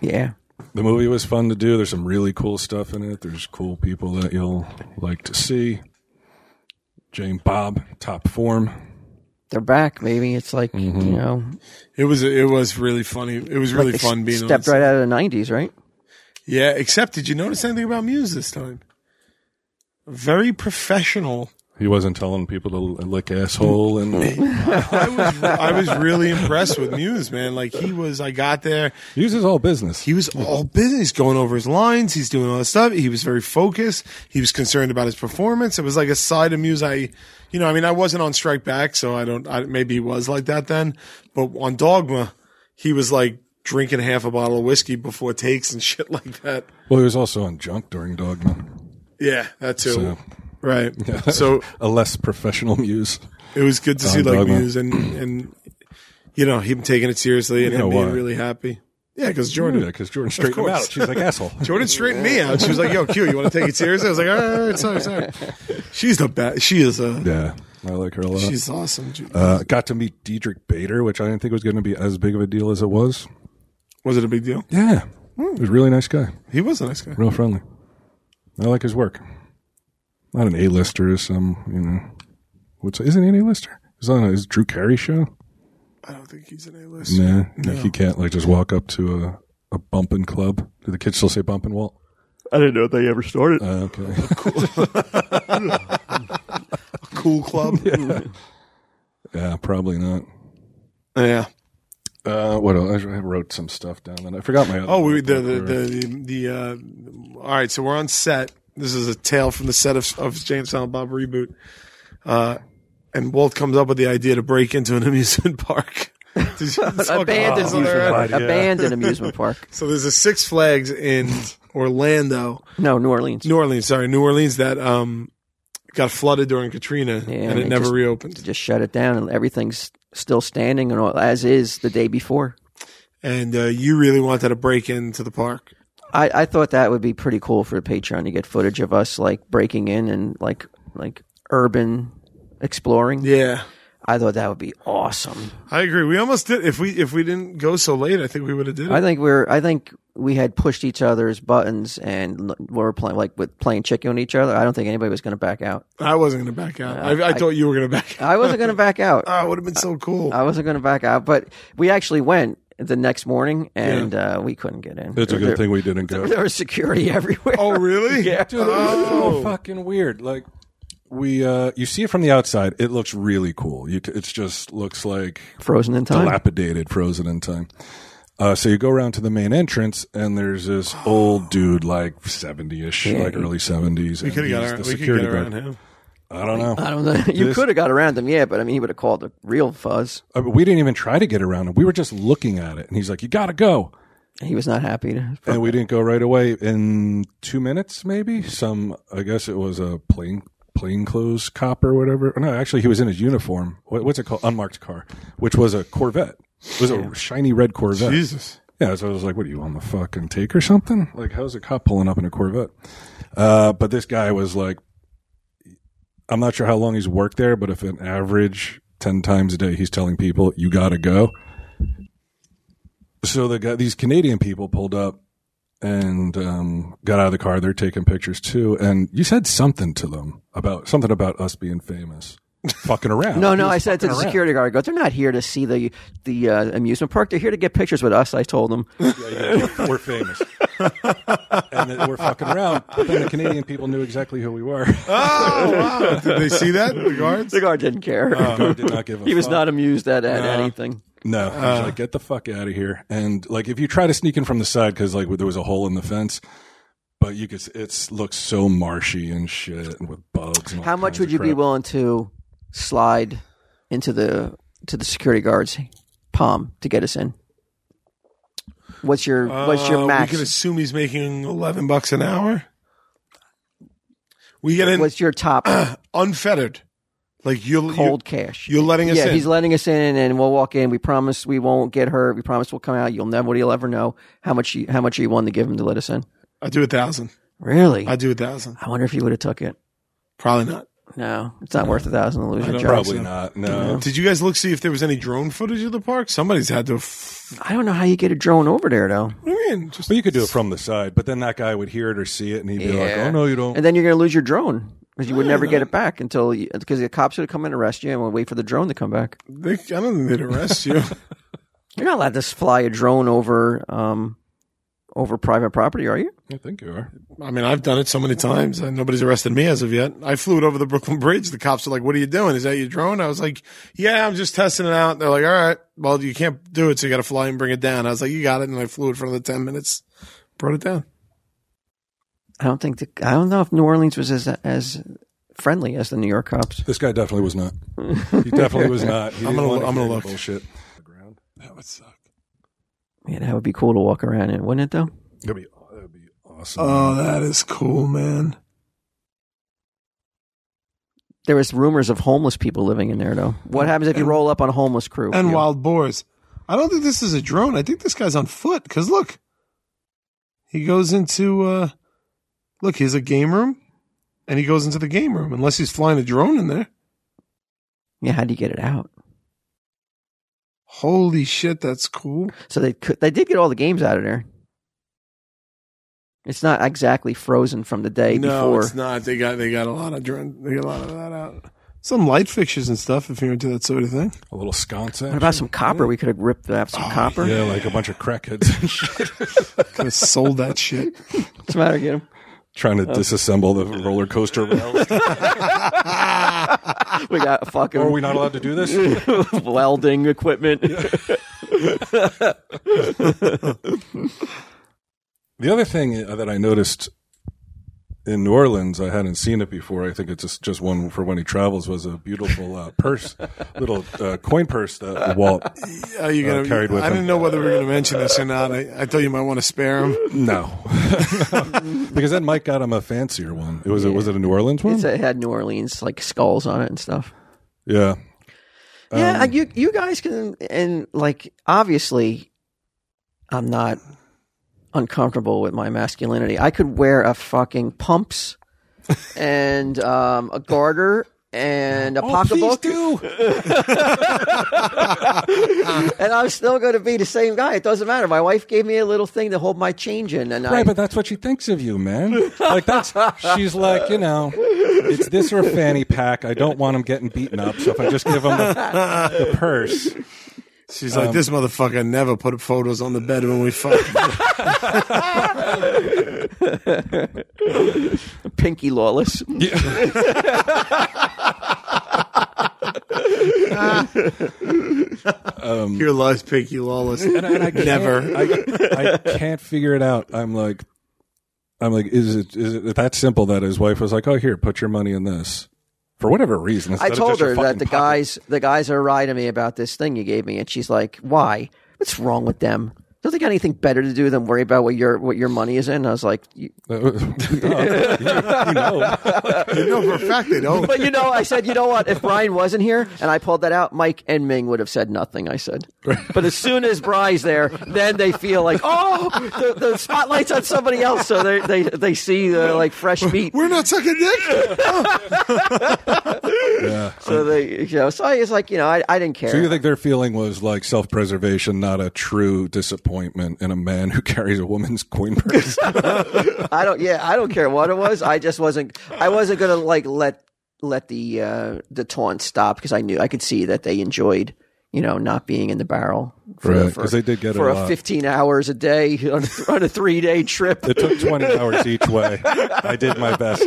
Yeah. The movie was fun to do. There's some really cool stuff in it. There's cool people that you'll like to see. Jane Bob, top form. They're back, maybe. It's like, you know, It was it was really funny. It was really they fun being on stepped the- right out of the 90s, right? Yeah, except did you notice anything about Muse this time? Very professional. He wasn't telling people to l- lick asshole and I was I was really impressed with Muse, man. Like he was I got there, he uses all business. he was all business going over his lines, he's doing all this stuff. He was very focused. He was concerned about his performance. It was like a side of Muse I you know, I mean I wasn't on strike back, so I don't I, maybe he was like that then, but on Dogma, he was like drinking half a bottle of whiskey before takes and shit like that. Well, he was also on junk during Dogma. Yeah, that too. So- Right. So A less professional muse. it was good to see Don like Dogma. Muse and and you know him taking it seriously and You know him being why. really happy. Yeah, because do Jordan. that because Jordan straightened him course. out. She's like asshole. Jordan straightened me out. She was like, "Yo, Q, you want to take it seriously?" I was like, "All right, sorry, sorry." She's the best. She is a. yeah, I like her a lot. She's awesome. uh, got to meet Diedrich Bader, which I didn't think was going to be as big of a deal as it was. was it a big deal? Yeah, he was a really nice guy, He was a nice guy. real friendly. I like his work. Not an A-lister as some, you know. What's isn't he an A-lister? He's on a, his Drew Carey show. I don't think he's an A-list. Nah, like you can't like just walk up to a a bumping club. Do the kids still say bumping Walt? I didn't know they ever started. Uh, okay. Cool club. yeah. yeah, probably not. Uh, what else? I wrote some stuff down, and I forgot my. Other Oh, we, the the the, the uh, all right. So we're on set. This is a tale from the set of, of James Silent Bob reboot. Uh, and Walt comes up with the idea to break into an amusement park. Did you- abandoned, So they're at- abandoned amusement park. So there's a Six Flags in Orlando. No, New Orleans. New Orleans, sorry, New Orleans that um got flooded during Katrina and and it it never just- reopened. Just shut it down, and everything's still standing and all, as is the day before. And uh, you really wanted to break into the park. I, I thought that would be pretty cool for the Patreon to get footage of us like breaking in and like like urban exploring. Yeah. I thought that would be awesome. I agree. We almost did if we if we didn't go so late, I think we would have did it. I think we're I think we had pushed each other's buttons and l- we were playing like with playing chicken on each other. I don't think anybody was going to back out. I, wasn't gonna back out. I, I, thought you were gonna back out. I wasn't going to back out. Ah, it would have been so cool. I wasn't going to back out, but we actually went the next morning and uh, we couldn't get in. It's a There- good thing we didn't go. There was security everywhere. oh really? yeah. Dude, it was Oh. so fucking weird. Like we, uh, you see it from the outside. It looks really cool. You, c- it's just looks like Frozen in time. dilapidated, frozen in time. Uh, so you go around to the main entrance, and there's this old dude, like seventy-ish, like early seventies. We could have got around, we could get around him. I don't know. I don't know. You could have got around him, yeah, but I mean, he would have called the real fuzz. Uh, but we didn't even try to get around him. We were just looking at it, and he's like, "You gotta go." He was not happy. To, and we didn't go right away in two minutes maybe some i guess it was a plain plainclothes cop or whatever no actually he was in his uniform what, what's it called unmarked car which was a corvette it was a shiny red corvette Jesus. yeah so i was like what are you on the fucking take or something like how's a cop pulling up in a corvette uh, but this guy was like i'm not sure how long he's worked there but if an average 10 times a day he's telling people you gotta go so the guy, these Canadian people pulled up and um, got out of the car. They're taking pictures too. And you said something to them about something about us being famous, fucking around. no, no, He was I said to the fucking around. security guard, I "Go, they're not here to see the the uh, amusement park. They're here to get pictures with us." I told him. Yeah, yeah, we're famous, and that we're fucking around. But then the Canadian people knew exactly who we were. Oh wow. did they see that? The guards? The guard didn't care. God did not give a he was Oh, fuck. not amused at, at anything. No, he's Uh. like, get the fuck out of here. And like, if you try to sneak in from the side, because like there was a hole in the fence, but you could, s- it's looks so marshy and shit, and with bugs. And all How much kinds would of you be crap. willing to slide into the to the security guard's palm to get us in? What's your what's Uh, your max? We can assume he's making eleven bucks an hour. We get in what's your top unfettered, like you'll cold cash? You, are letting us yeah, in. he's letting us in, and we'll walk in. We promise we won't get hurt. We promise we'll come out. You'll nobody'll ever know how much you, how much you wanted to give him to let us in. I do a thousand. Really? I I, do a thousand. wonder if you would have took it. Probably not. No, it's not worth a thousand to lose your No, job. Probably not. No. Uh, Did you guys look see if there was any drone footage of the park? Somebody's had to. F- I don't know how you get a drone over there though, I mean, just Well, you could do it from the side, but then that guy would hear it or see it, and he'd be like, Yeah. "Oh no, you don't." and then you're going to lose your drone because you would never get it back until because the cops would come in and arrest you, and we'll wait for the drone to come back. they, I don't think they'd arrest you. You're not allowed to fly a drone over um over private property, are you? I think you are. I mean, I've done it so many times, and nobody's arrested me as of yet. I flew it over the Brooklyn Bridge. The cops are like, "What are you doing? Is that your drone?" I was like, "Yeah, I'm just testing it out." They're like, "All right, well, you can't do it, so you got to fly and bring it down." I was like, "You got it," and I flew it for another ten minutes, brought it down. I don't think the, I don't know if New Orleans was as as friendly as the New York cops. This guy definitely was not. He definitely was not. He I'm didn't gonna- want to I'm gonna hear look. Bullshit. That would suck. Yeah, that would be cool to walk around in, wouldn't it? Though That'd be that'd be awesome. Oh, that is cool, man. there was rumors of homeless people living in there. Though, what happens if you roll up on a homeless crew? And You- wild boars. I don't think this is a drone. I think this guy's on foot because look, he goes into uh, look. He has a game room, and he goes into the game room unless he's flying a drone in there. Yeah, how do you get it out? Holy shit, that's cool. So they could, they did get all the games out of there. It's not exactly frozen from the day no, before. it's not. They got they got a lot of drone. They got a lot of that out. Some light fixtures and stuff. If you're into that sort of thing, A little sconce. What about some copper? We could have ripped off some copper. Oh, Yeah, like a bunch of crackheads and shit. could have sold that shit. What's the matter? Get 'em? trying to disassemble the roller coaster rails. We got fucking Are we not allowed to do this? welding equipment. The other thing uh, that I noticed in New Orleans, I hadn't seen it before. I think it's just, just one for when he travels. Was a beautiful uh, purse, little uh, coin purse that Walt. Are you gonna? Uh, carried with I him. didn't know whether we were gonna mention this or not. I, I thought you might want to spare him. No, because then Mike got him a fancier one. It was it was it a New Orleans one? It's, it had New Orleans like skulls on it and stuff. yeah, Yeah, like, you you guys can and like obviously, I'm not uncomfortable with my masculinity. I could wear a fucking pumps and um, a garter and a pocketbook, and I'm still going to be the same guy. It doesn't matter. My wife gave me a little thing to hold my change in, and I Right, but that's what she thinks of you, man. Like that's she's like, you know, it's this or a fanny pack. I don't want him getting beaten up, so if I just give him the, the purse, She's Um, like, this motherfucker never put photos on the bed when we fucked. pinky lawless. Here lies Pinky Lawless. and I, and I can't- Never. I, I can't figure it out. I'm like, I'm like, is it is it that simple that his wife was like, oh, here, put your money in this for whatever I reason. instead of told just your her that fucking the pocket. guys the guys are riding me about this thing you gave me, and she's like, "Why? What's wrong with them? Don't they got anything better to do than worry about what your what your money is in?" I was like, "You- you know, You know for a fact they don't. "But you know," I said, "You know what? If Brian wasn't here and I pulled that out, Mike and Ming would have said nothing." I said, "But as soon as Bri's there, then they feel like, oh, the, the spotlight's on somebody else, so they they they see uh, like fresh meat." We're not sucking dick. So they, you know, so I was like, you know, I, I didn't care. So you think their feeling was like self-preservation, not a true disappointment in a man who carries a woman's coin purse? I don't. Yeah, I don't care what it was. I just wasn't. I wasn't gonna like let let the uh, the taunt stop because I knew I could see that they enjoyed you know not being in the barrel for Right, 'cause they did get a for lot. fifteen hours a day on a, on a three day trip. It took 20 hours each way. I did my best.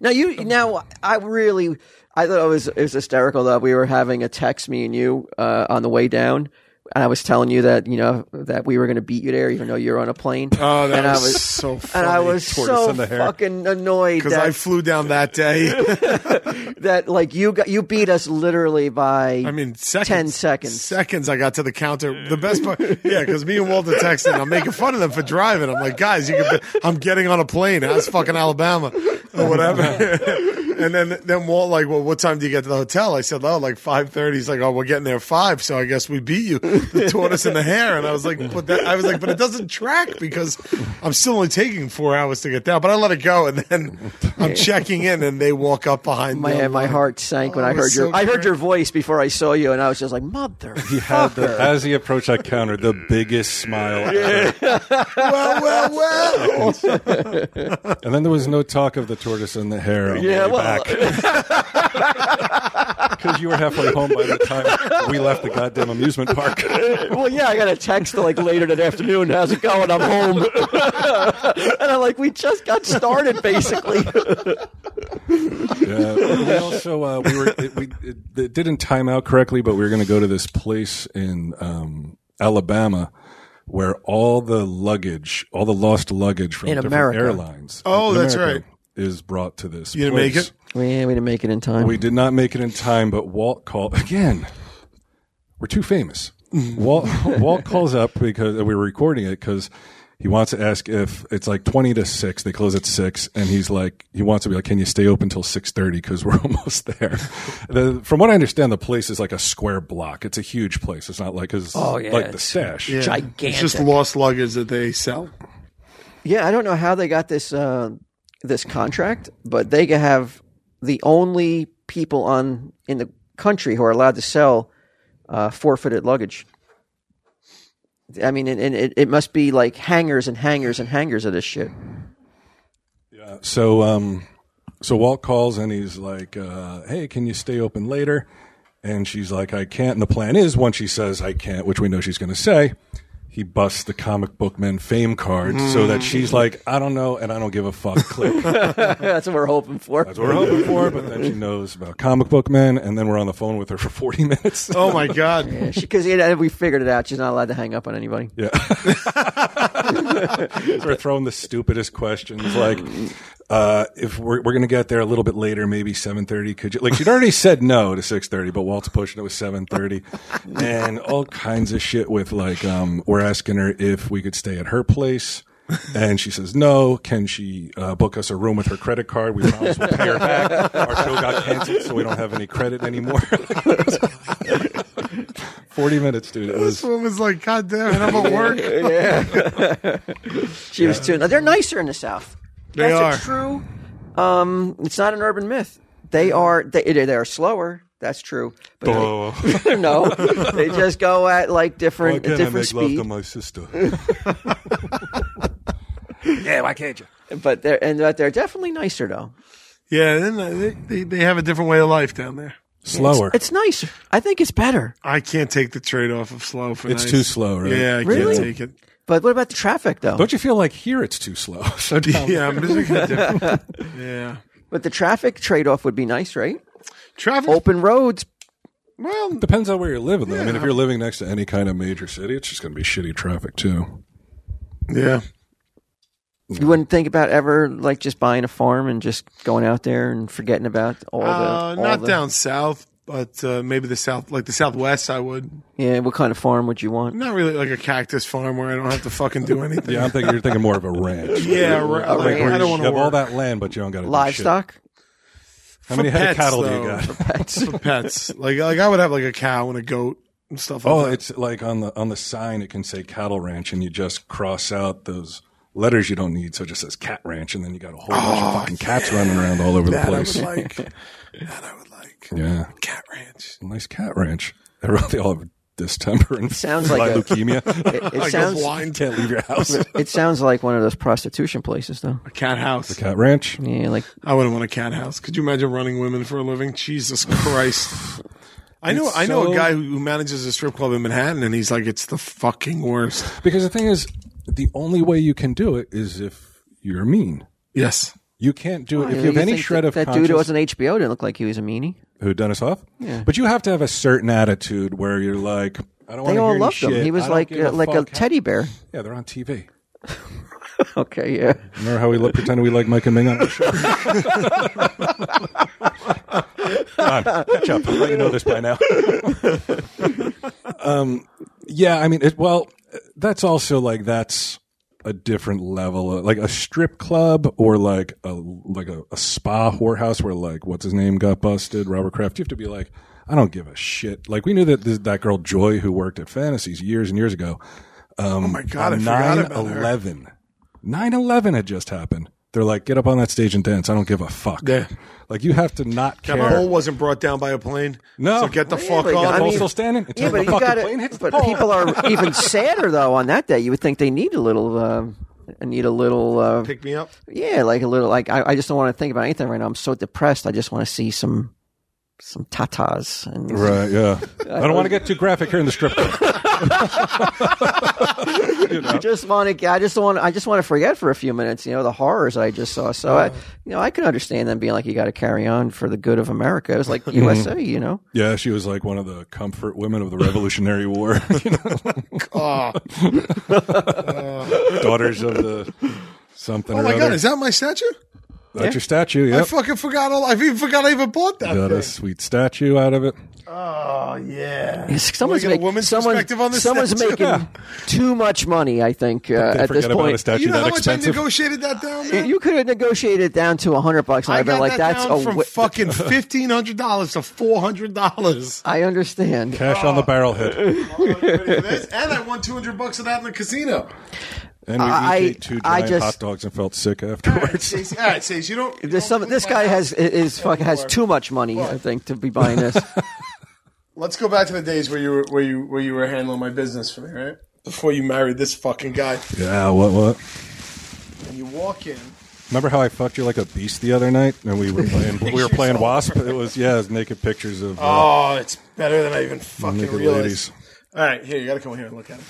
Now you now I really I thought it was it was hysterical that we were having a text me and you uh, on the way down. And I was telling you that you know that we were going to beat you there, even though you were on a plane. Oh, that and was, I was so funny. and I was tortoise so in the hair. fucking annoyed because that I flew down that day. that like you got you beat us literally by I mean, seconds. 10 seconds. Seconds. I got to the counter. The best part, yeah, because me and Walter texted. I'm making fun of them for driving. I'm like, guys, you can. Be, I'm getting on a plane. That's fucking Alabama or whatever. and then then Walt like, well, what time do you get to the hotel? I said, oh, like five thirty. He's like, oh, we're getting there at five, so I guess we beat you. The tortoise in the hair. And I was like, but that, I was like, but it doesn't track because I'm still only taking four hours to get down. But I let it go, and then I'm checking in, and they walk up behind my me. my heart sank when Oh, I it was heard your so I heard great. your voice before I saw you and I was just like mother He had the, as he approached that counter, the biggest smile ever. well, well, well. And then there was no talk of the tortoise and the hare. On Yeah, the way well- Because you were halfway home by the time we left the goddamn amusement park. well yeah I got a text like later that afternoon how's it going I'm home and I'm like we just got started basically Yeah. We also uh, we were it, we it, it didn't time out correctly, but we were going to go to this place in um, Alabama where all the luggage, all the lost luggage from In different America. airlines. Oh, in that's America right. Is brought to this. You didn't make place. it? we we didn't make it in time We did not make it in time, but Walt called again. We're too famous. Walt Walt calls up because we were recording it because He wants to ask if it's like twenty to six. They close at six, and he's like, he wants to be like, can you stay open till six thirty? Because we're almost there. the, from what I understand, the place is like a square block. It's a huge place. It's not like his, Oh, yeah, like the it's- stash. Yeah. Gigantic. It's just lost luggage that they sell. Yeah, I don't know how they got this uh, this contract, but they can have the only people on in the country who are allowed to sell uh, forfeited luggage. I mean, and, and it, it must be like hangers and hangers and hangers of this shit. So um, so Walt calls and he's like, uh, "Hey, can you stay open later?" And she's like, "I can't." And the plan is, once she says "I can't," which we know she's going to say, he busts the comic book man fame card so that she's like, "I don't know," and I don't give a fuck. Click. That's what we're hoping for. That's what we're hoping for. But then she knows about comic book men, and then we're on the phone with her for forty minutes. Oh my god! Because yeah, we figured it out. She's not allowed to hang up on anybody. Yeah. We're throwing the stupidest questions like uh, if we're, we're going to get there a little bit later, maybe 7:30 could you like she'd already said no to 6:30, but Walt's pushing it with 7:30 and all kinds of shit with like um, we're asking her if we could stay at her place. And she says no. Can she uh, book us a room with her credit card? We promise we'll pay her back. Our show got canceled, so we don't have any credit anymore. Forty minutes, dude. It was This woman's like, God damn it, I'm at work. She was too. They're nicer in the South. They That's are. a true. Um, it's not an urban myth. They are. They, they are slower. That's true. But Duh. they- no, they just go at like different Why can't I different make love speed. to my sister? yeah, why can't you? But they're and but they're definitely nicer though. Yeah, then they, they they have a different way of life down there. Slower. It's, It's nicer. I think it's better. I can't take the trade off of slow for nice. too slow, right? Yeah, I Really? can't take it. But what about the traffic though? Don't you feel like here it's too slow? So down Yeah, I'm just looking at different. Yeah, But the traffic trade-off would be nice, right? traffic. Open roads. Well, Depends on where you're living, though. I mean, if you're living next to any kind of major city, it's just going to be shitty traffic, too. yeah. You wouldn't think about ever like just buying a farm and just going out there and forgetting about all the Uh, all not the- down south, but uh, maybe the south, like the southwest. I would Yeah, what kind of farm would you want? not really like a cactus farm where I don't have to fucking do anything. Yeah, I'm thinking you're thinking more of a ranch. Yeah, right. A Like, ranch. I don't want You have to work. all that land, but you don't got to Livestock. How many For head of pets, cattle do though. you got? For pets. for pets. Like like I would have like a cow and a goat and stuff like Oh, that. it's like on the on the sign it can say cattle ranch, and you just cross out those letters you don't need, so it just says cat ranch, and then you got a whole bunch of fucking cats running around all over the Oh, that I place. would like. that I would like. yeah. Cat ranch. nice cat ranch. Everyone, they all have distemper and Sounds like a- leukemia. It, it Like sounds a blind Can't leave your house. It sounds like one of those prostitution places, though. a cat house. Cat ranch. Yeah, like I wouldn't want a cat house. Could you imagine running women for a living? Jesus Christ. I know, It's I know so- a guy who manages a strip club in Manhattan, and he's like, "It's the fucking worst." Because the thing is, the only way you can do it is if you're mean. Yes, You can't do it if You you have think any that- shred of that conscience. dude who was on HBO didn't look like he was a meanie. who Dennis Hoff? Yeah. But you have to have a certain attitude where you're like, I don't want They to all hear your loved him. shit. He I was don't like give uh, like a fuck how- teddy bear. Yeah, they're on TV. Okay, yeah. Remember how we look, pretended we like Mike and Ming on the show? Come on, catch up. I thought you know this by now. um, yeah, I mean, it, well, that's also like that's a different level, of, like a strip club or like a like a, a spa whorehouse where like what's his name got busted, Robert Kraft. You have to be like, I don't give a shit. Like we knew that this, that girl Joy who worked at Fantasies years and years ago. Um, oh my God, I forgot nine about her. eleven. 9 11 had just happened. They're like, get up on that stage and dance. I don't give a fuck. Yeah. Like, you have to not that care. pole wasn't brought down by a plane. No. so get the fuck Really? off. I mean- still standing until Yeah, the but you fucking got plane hits to. the But pole. people are even sadder though on that day. You would think they need a little. Um, need a little. Uh, Pick me up. yeah, like a little. Like I, I just don't want to think about anything right now. I'm so depressed. I just want to see some some tatas and Right, yeah. I don't want to get too graphic here in the strip club. I just want to. I just want. I just want to forget for a few minutes. You know the horrors I just saw. So I, you know, I can understand them being like, you got to carry on for the good of America. It was like Mm-hmm. USA. You know, Yeah, she was like one of the comfort women of the Revolutionary War. you know? Oh, Daughters of the something oh or my other. god, is that my statue? That's your statue. Yep. Oh I fucking forgot all. I even forgot I even bought that. Got a thing. sweet statue out of it. Oh yeah. Someone's, Wanna get a make- woman's someone- perspective on this someone's statue? making Yeah. too much money, I think, uh, They at this forget about a point. statue You know that how much I expensive. negotiated that down? Man? You could have negotiated it down to a hundred bucks, and I I've been got like, that "That's down a." from wa- fucking fifteen hundred dollars to four hundred dollars. I understand. Cash on the barrelhead. and I won two hundred bucks of that in the casino. And we I- each ate two I giant just- hot dogs and felt sick All right, afterwards. Stacey. All right, Stacey. You don't. you This don't some leave this my guy house. has is fuck has too much money, I think, to be buying this. Let's go back to the days where you were where you where you were handling my business for me, right? Before you married this fucking guy, yeah, what, what? and you walk in. Remember how I fucked you like a beast the other night, and we were playing we were playing Wasp. It was yeah, it was naked pictures of uh, Oh, it's better than I even fucking naked realized. ladies. All right, here you got to come here and look at it.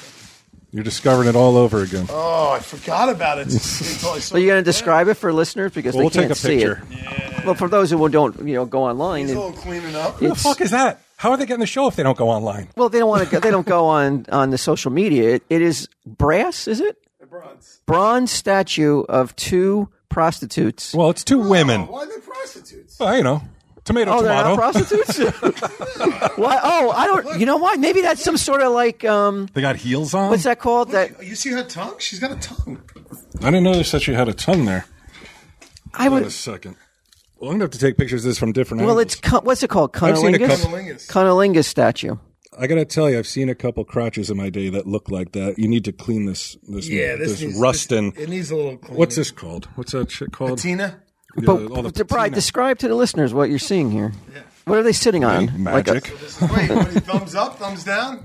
You're discovering it all over again. Oh, I forgot about it. Until I saw Are you going it. to describe it for listeners because Well, we'll they take can't a see picture. it? Well, for those who don't, you know, go online. He's a And, little cleaning up. What the fuck is that? How are they getting the show if they don't go online? well, they don't want to. Go, they don't go on on the social media. It, it is brass, is it? Bronze. Bronze statue of two prostitutes. Well, it's two women. Why are they prostitutes? Well, you know, tomato, Oh, they're tomato. not prostitutes. Why? Oh, I don't. You know why? Maybe that's some sort of like um, they got heels on. what's that called? That You see her tongue? She's got a tongue. I didn't know they said she had a tongue there. I Wait a would. second. Well, I'm gonna have to take pictures of this from different Well, angles. it's cu- what's it called? I've seen a couple- Cunnilingus. Lingus. Cunnilingus statue. I gotta tell you, I've seen a couple crotches in my day that look like that. You need to clean this. This. this, rustin. It needs a little. Cleaning. What's this called? What's that shit called? Tina? Yeah, But all the to probably patina. describe to the listeners what you're seeing here. What are they sitting on? magic. Like Wait, what, thumbs up, thumbs down.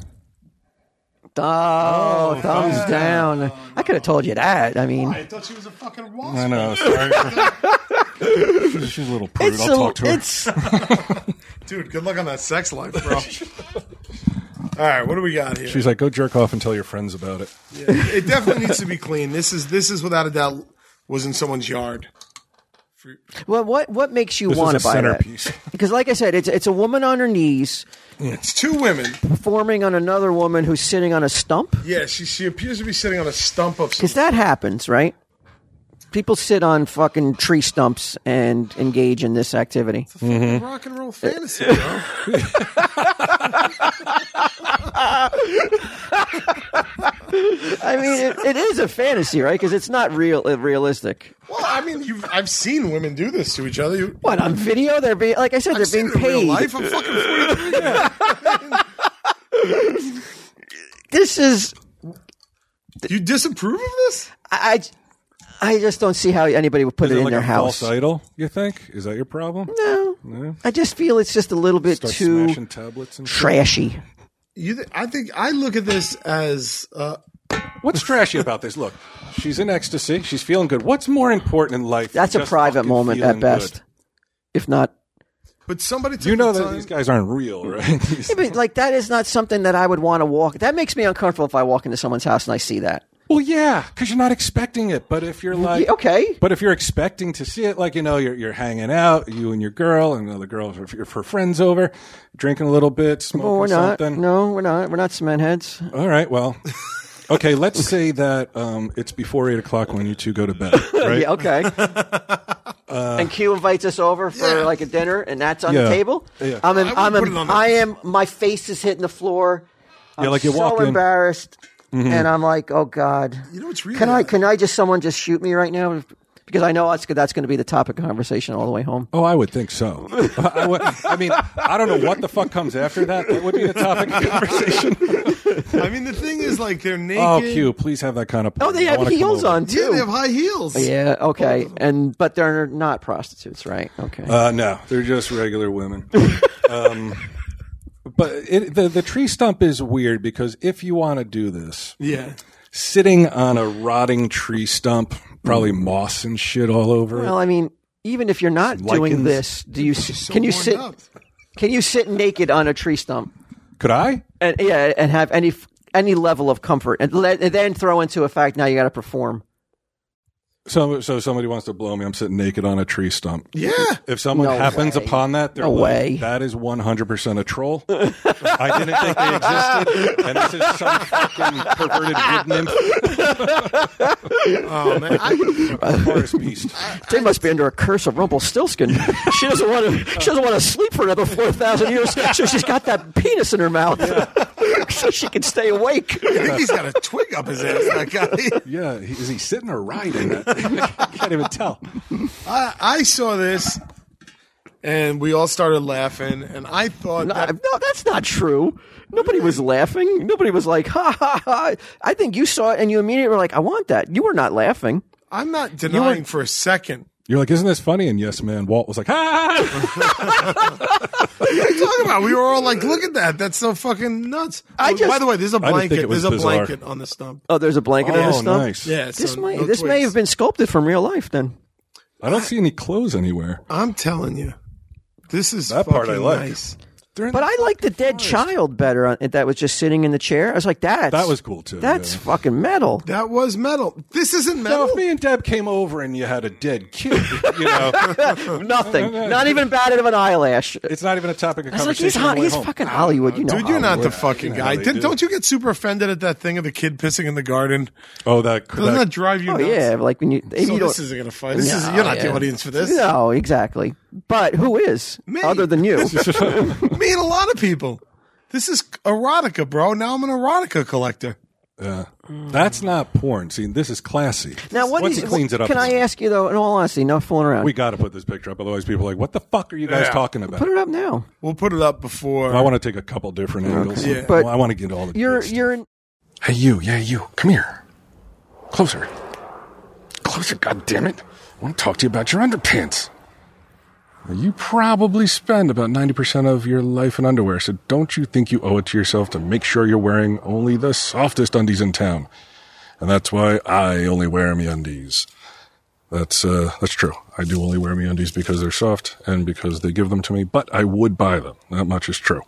a, oh, thumbs down. I could have told you that. I mean, I thought she was a fucking wasp. I know. Sorry. she's, she's a little prude. it's I'll a- talk to her. it's Dude, good luck on that sex life, bro. All right, what do we got here? She's like, go jerk off and tell your friends about it. it definitely needs to be clean. This is this is without a doubt was in someone's yard. well, what what makes you This want is to a buy centerpiece. that? Because, like I said, it's it's a woman on her knees It's two women. performing on another woman who's sitting on a stump. Yeah, she she appears to be sitting on a stump of some Because that happens, right? People sit on fucking tree stumps and engage in this activity. Mm-hmm. rock and roll fantasy, bro. I mean, it, it is a fantasy, right? Because it's not real, uh, realistic. Well, I mean, you've, I've seen women do this to each other. You, What on video? They're being, like I said, I've they're seen being it in real paid. life. I'm fucking 43. This is, You disapprove of this? I, I I just don't see how anybody would put Is it it in like their a house. false idol? You think is that your problem? No, No. I just feel it's just a little bit Start too smashing tablets and shit. trashy. You, th- I think I look at this as uh, What's trashy about this? Look, she's in ecstasy. She's feeling good. What's more important in life? than That's a just private fucking moment feeling at best, good? if not. but somebody took You know the that time- these guys aren't real, right? These- I mean, like that is not something that I would want to walk. That makes me uncomfortable if I walk into someone's house and I see that. well, yeah, because you're not expecting it. But if you're like, Yeah, okay. But if you're expecting to see it, like you know, you're you're hanging out, you and your girl, and another girl, if if her friends over, drinking a little bit, smoking Well, we're not. something. Oh, No, we're not. We're not cement heads. All right. Well, okay. Let's say that um, it's before eight o'clock when you two go to bed, right? Yeah, okay. and Q invites us over for Uh, Yeah. like a dinner, and that's on Yeah. the table. Yeah. I'm, in, I wouldn't I'm, put it in, on the- I am. My face is hitting the floor. yeah. Like Mm-hmm. you so walk in. embarrassed, and I'm like, oh god. You know what's really Can I? Can I just someone just shoot me right now? Because I know that's that's going to be the topic of conversation all the way home. Oh, I would think so. I, would, I mean, I don't know what the fuck comes after that. That would be the topic of conversation. I mean, the thing is, like they're naked. Oh, Q, please have that kind of. Oh, they I have wanna come heels over. on too. Yeah, they have high heels. Yeah, okay, and but they're not prostitutes, right? Okay. Uh, no, they're just regular women. um, but it, the the tree stump is weird because if you want to do this, Yeah. sitting on a rotting tree stump, probably moss and shit all over Mm. well, I mean, even if you're not doing lichens. this, do you s- can you worn sit? up. Can you sit naked on a tree stump? it. Could I? and yeah, and have any any level of comfort, and, let, and then throw into a fact now you got to perform. So, so somebody wants to blow me. I'm sitting naked on a tree stump. Yeah. If someone No happens way. upon that, they're No like, way. that is 100% a troll. I didn't think they existed. And this is some fucking perverted wood nymph Oh man. I, forest beast. They must be under a curse of Rumpelstiltskin. she doesn't want to. She doesn't want to sleep for another four thousand years, so she's got that penis in her mouth, so she can stay awake. I think he's got a twig up his ass. That guy. Yeah. he- Is he sitting or riding? I can't even tell. I, I saw this, and we all started laughing, and I thought No, that- no, that's not true. Nobody was laughing. Nobody was like, ha ha ha. I think you saw it and you immediately were like, I want that. You were not laughing. I'm not denying for a second. You're like, isn't this funny? And yes, man, Walt was like, ah! What are you talking about? We were all like, "Look at that! That's so fucking nuts." I Oh, just- by the way, there's a didn't think blanket. it was There's a bizarre. blanket on the stump. Oh, there's a blanket on Oh, this stuff. nice. Yeah, so This may no this may twigs. have been sculpted from real life. Then I don't see any clothes anywhere. I'm telling you, this is That part I fucking like. Nice. They're in But the- I like the dead child better on, that was just sitting in the chair. I was like, that's That was cool, too, That's yeah. fucking metal. That was metal. This isn't Now, metal. if me and Deb came over and you had a dead kid, you know, Nothing. Not even batted of an eyelash. it's not even a topic of I was like, he's conversation. hot. on the way He's home. fucking Hollywood. You know, Dude, you're not the Hollywood. fucking how guy. they Did, do. not you get super offended at that thing of the kid pissing in the garden? Oh, that, Doesn't that- that drive you Oh nuts? yeah, like when you. if So you don't, this isn't gonna fight. This is No, you're not the yeah. audience for this. No, exactly. But who is Me. other than you? Me and a lot of people. This is erotica, bro. Now I'm an erotica collector. Yeah. That's not porn. See, this is classy. now, what Once is- he cleans it up, Can I it's- ask you though? In all honesty, no fooling around. We got to put this picture up. Otherwise, people are like, what the fuck are you guys talking about? Put it up now. We'll put it up before. I want to take a couple different angles. Yeah. But- I want to get all the. You're good stuff. you're in, Hey, you. Yeah, you. Come here. Closer. Closer. God damn it! I want to talk to you about your underpants. You probably spend about ninety percent of your life in underwear, so don't you think you owe it to yourself to make sure you're wearing only the softest undies in town? And that's why I only wear me undies. That's uh, that's true. I do only wear me undies because they're soft and because they give them to me. But I would buy them. That much is true.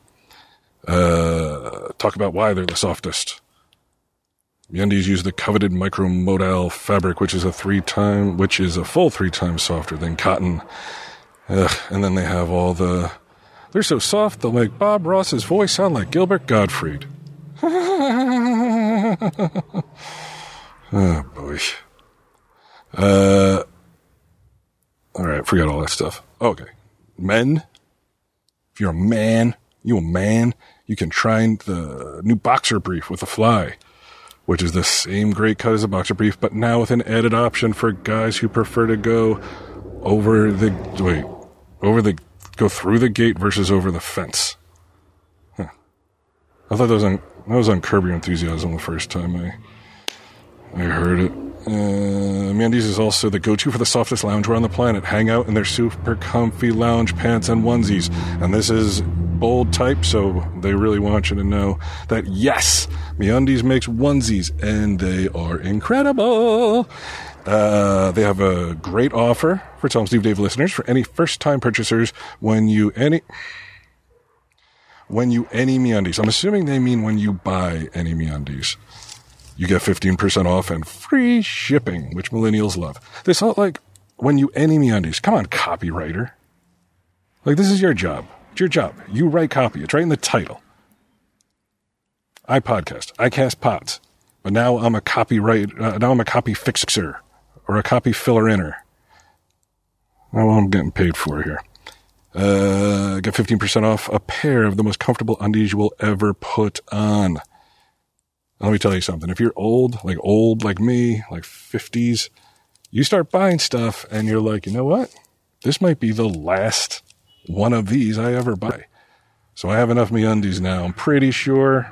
Uh, talk about why they're the softest. Meundies use the coveted micromodal fabric, which is a three time, which is a full three times softer than cotton. Ugh, and then they have all the. They're so soft they'll make Bob Ross's voice sound like Gilbert Gottfried. oh boy. Uh. All right, forget all that stuff. Okay, men. If you're a man, you a man. You can try the new boxer brief with a fly which is the same great cut as a boxer brief, but now with an added option for guys who prefer to go over the wait, over the go through the gate versus over the fence. Huh. I thought that was on that was on Curb Your Enthusiasm the first time I I heard it. Uh, Mandy's is also the go-to for the softest loungewear on the planet. Hang out in their super comfy lounge pants and onesies. And this is bold type, so they really want you to know that yes, MeUndies makes onesies, and they are incredible. Uh, they have a great offer for Tom Steve Dave listeners for any first-time purchasers when you any when you any MeUndies. I'm assuming they mean when you buy any MeUndies. You get 15% off and free shipping, which millennials love. They sound like when you any MeUndies. Come on, copywriter. Like, this is your job. It's your job. You write copy. It's right in the title. I podcast. I cast pots. But now I'm a copyright, uh, now I'm a copy fixer or a copy filler-inner. Now I'm getting paid for here. Uh, get 15% off a pair of the most comfortable undies you will ever put on let me tell you something. If you're old, like old, like me, like 50s, you start buying stuff and you're like, you know what? This might be the last one of these I ever buy. So I have enough me undies now, I'm pretty sure,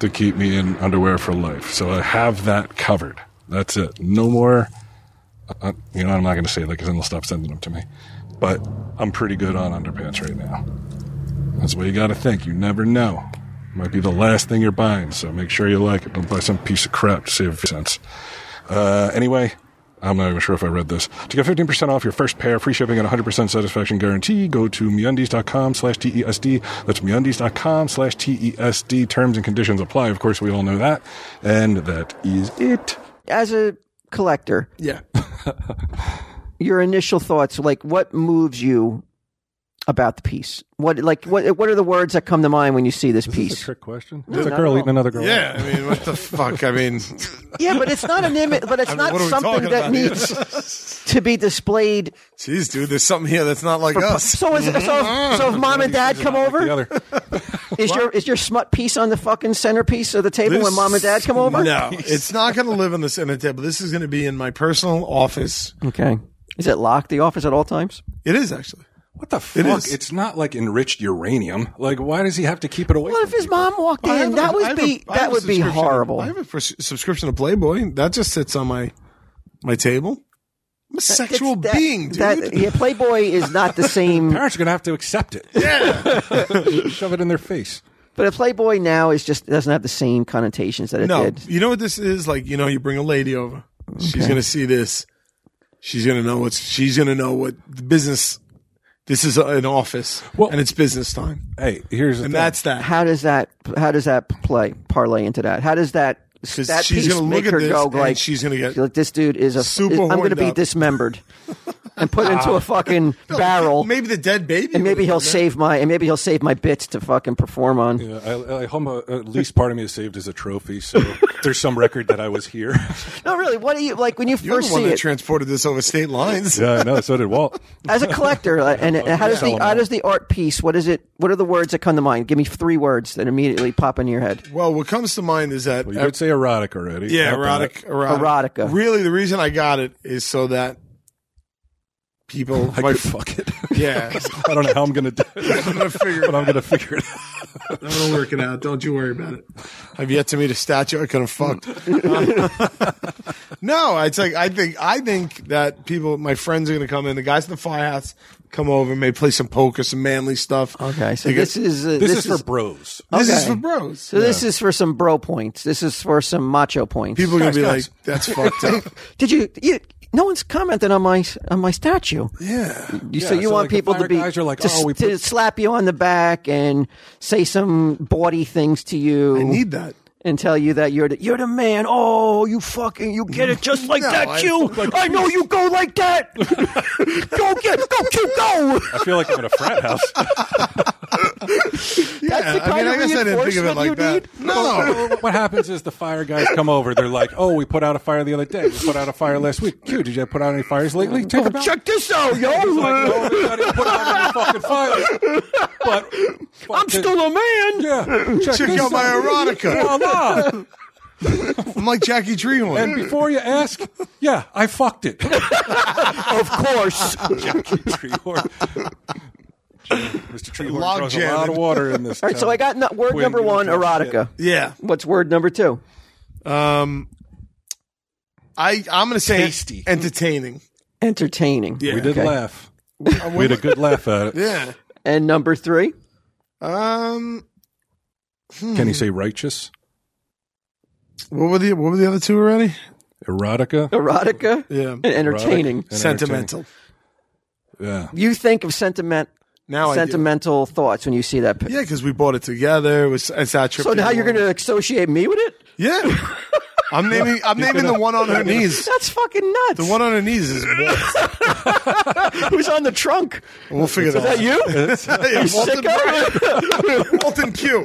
to keep me in underwear for life. So I have that covered. That's it. No more. Uh, you know, I'm not going to say that because then they'll stop sending them to me. But I'm pretty good on underpants right now. That's what you got to think. You never know. Might be the last thing you're buying, so make sure you like it. Don't buy some piece of crap to save cents. Uh, anyway, I'm not even sure if I read this. To get 15% off your first pair, free shipping, and 100% satisfaction guarantee, go to MeUndies.com slash TESD. That's MeUndies.com slash E TESD. Terms and conditions apply. Of course, we all know that. And that is it. as a collector, Yeah. your initial thoughts, like what moves you about the piece? What like what what are the words that come to mind when you see this Is this a piece? trick question? It's a not girl at eating all. another girl. Yeah. I mean, what the fuck? I mean, Yeah, but it's not an image, but it's I mean, not what are we something talking that about here? needs to be displayed. Jeez, dude, there's something here that's not like us. So is, so, if, so if mom and dad come The over, other. is your is your smut piece on the fucking centerpiece of the table when This- mom and dad come over? No, it's not going to live on the center table. This is going to be in my personal office. Okay. Is it locked the office at all times? It is actually. What the fuck? is. it's not like enriched uranium. Like, why does he have to keep it away? What from if his people? mom walked I have in? a- That I would have a- be I have that a would be subscription to- horrible. I have a pers- subscription to Playboy. That just sits on my my table. I'm a sexual It's that- being, dude. that- yeah, Playboy is not the same. Parents are gonna have to accept it. yeah. Shove it in their face. But a Playboy now is just doesn't have the same connotations that it No, did. you know what this is like. You know, you bring a lady over. She's gonna see this. She's gonna know what's. She's gonna know what the business. This is an office, Well- and it's business time, Hey, here's the and thing. that's that. How does that how does that play parlay into that? How does that that Because she's piece gonna make look at her this, go and like she's gonna get. like this dude is a Super is- I'm going to horned be up. dismembered and put into a fucking barrel. Maybe the dead baby. And maybe would've he'll done that. save my and maybe he'll save my bits to fucking perform on. Yeah, I, I homo, at least part of me is saved as a trophy, so there's some record that I was here. No, really, what do you like when you You're the first one see that it transported this over state lines. yeah, I know. So did Walt. as a collector? uh, And, and how does the Sell 'em how all. does the art piece? What is it? What are the words that come to mind? Give me three words that immediately pop into your head. Well, what comes to mind is that Well, you could say erotic already. Yeah, Not erotic, bad. erotic. Erotica. Really, the reason I got it is so that people. I my- could fuck it. yeah, I don't know how I'm gonna do it, I'm gonna figure. but I'm gonna figure it. out. I'm gonna work it out. Don't you worry about it. I've yet to meet a statue I could have fucked. Um, no, it's like I think I think that people, my friends, are gonna come in. The guys in the firehouse come over, may play some poker, some manly stuff. Okay, so They get- this is uh, This, is for bros. this is okay. for bros. So this is for some bro points. This is for some macho points. people are gonna Guys, be guys. like, "That's fucked up." did you, you? No one's commented on my on my statue. yeah, You, so Yeah, you so want like the people to fire be guys are like, to, "Oh, we to put-" slap you on the back and say some bawdy things to you I need that. and tell you that you're the, you're the man. Oh, you fucking you get it just like No, that, I- you. I know you go like that. go get go Q go. I feel like I'm in a frat house. That's the I mean, kind I of guess I didn't think of reinforcement it like you that. need. No, what happens is the fire guys come over. They're like, "Oh, we put out a fire the other day. We put out a fire last week. Dude, did you put out any fires lately? Oh, Take them out." Check this out, He's like, yo. "No, we didn't put out any fucking fires." But, but I'm still a man. yeah. Check, check this out my erotica. Voila. I'm like Jackie Treehorn. And before you ask, yeah, I fucked it. Of course. Jackie Treehorn. Mr. Treehorn Log draws jam. a lot of water in this. All right, so I got no, word Quinn, number give me one, that erotica. yeah, What's word number two? um, I I'm gonna say Tasty. entertaining. Entertaining. Yeah. We did Okay. laugh. We had a good laugh at it. Yeah. And number three, Um. Can you say righteous? What were the What were the other two already? Erotica? erotica Yeah. and entertaining. Erotic and Sentimental. Yeah. You think of sentiment, Now I sentimental thoughts when you see that do. picture. Yeah, because we bought it together. It was, it's our trip. so now you're going to associate me with it? Yeah. I'm naming. I'm naming gonna- the one on her knees. That's fucking nuts. The one on her knees is. Walt. who's on the trunk? We'll figure that Is out. that you? Yeah, Walton, Sicko? Bryant. Walton Q. Yeah,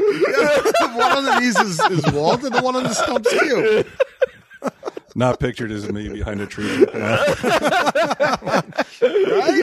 the one on the knees is, is Walt, and the one on the stumps Q. Not pictured as me behind a tree. Right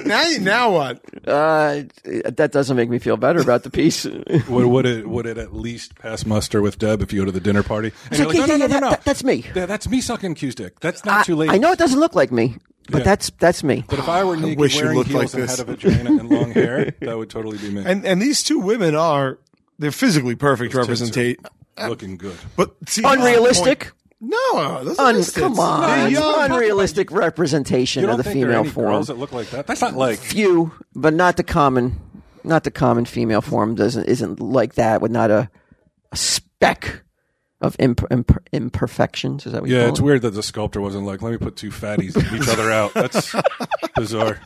now, you- now what? uh, that doesn't make me feel better about the piece. It's would, would it would it at least pass muster with Deb if you go to the dinner party? And you're like, yeah, yeah, yeah, that- that- that's me. Yeah, that's me sucking Q's dick. That's not too late. I know it doesn't look like me, but Yeah. that's that's me. But if I were naked, wish you wearing looked heels like and this. had a vagina and long hair, that would totally be me. And and these two women are they're physically perfect representation. Looking good. But see, Unrealistic. No, those are Un- nice tits. come on, They're It's young. unrealistic representation You of don't the think there are female any form. girls that look like that? That's not like Few, but not the common, not the common female form doesn't isn't like that with not a, a speck of imp, imp, imperfections. Is that what you yeah. call It's it? weird that the sculptor wasn't like, let me put two fatties each other out. That's bizarre.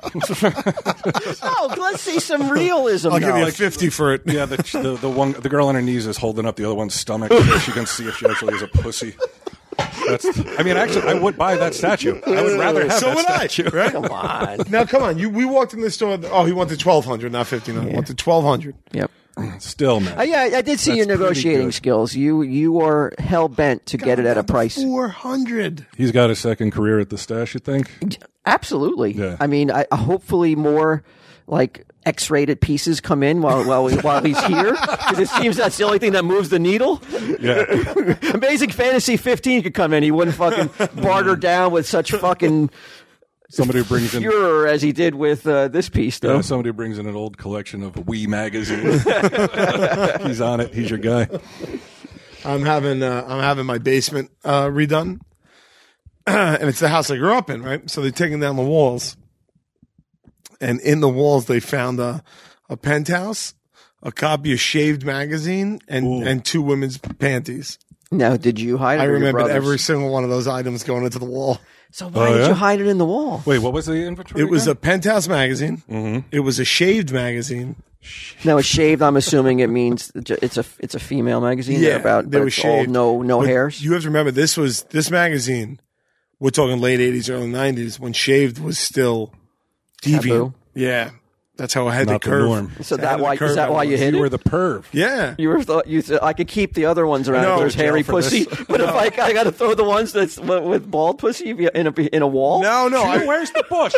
Oh, let's see some realism. I'll give now. you a fifty for it. yeah, the, the the one the girl on her knees is holding up the other one's stomach so she can see if she actually is a pussy. That's. I mean, actually, I would buy that statue. I would rather have so that would I, statue. right? Come on. Now, come on. You, we walked in the store. Oh, he wanted twelve hundred, not fifteen hundred. Yeah. He Wanted twelve hundred. Yep. Still, man. Uh, yeah, I I did see That's your pretty negotiating good. skills. You you are hell bent to get it at a price. Four hundred. He's got a second career at the stash. You think? Absolutely. Yeah. I mean, I, uh, hopefully more like X-rated pieces come in while while, while he's here because it seems that's the only thing that moves the needle. Yeah. Amazing Fantasy 15 could come in. He wouldn't fucking barter down with such fucking Somebody who brings in. furor as he did with uh, this piece, though. Uh, somebody who brings in an old collection of Wee magazines. He's on it. He's your guy. I'm having uh, I'm having my basement uh, redone, and it's the house I grew up in, right? So they're taking down the walls, and in the walls they found a a penthouse, a copy of Shaved magazine, and and two women's panties. Now, did you hide it? I or your remembered brothers? every single one of those items going into the wall. So why Oh, did yeah? you hide it in the wall? Wait, what was the inventory? It was a again? penthouse magazine. It was a shaved magazine. Now, it's shaved. I'm assuming it means it's a it's a female magazine. they're about they but were it's all shaved. no no But hairs. You have to remember this was this magazine. We're talking late eighties, early nineties when shaved was still deviant. Taboo. Yeah, that's how I had Not the the curve. norm. so It's out that of the why curve is that why you outwards. hid You it? were the perv. Yeah, You were thought you said I could keep the other ones around No, if there's jail hairy for pussy, this. but if I, I got to throw the ones that's with with bald pussy in a in a wall. no, no, I, Where's the bush?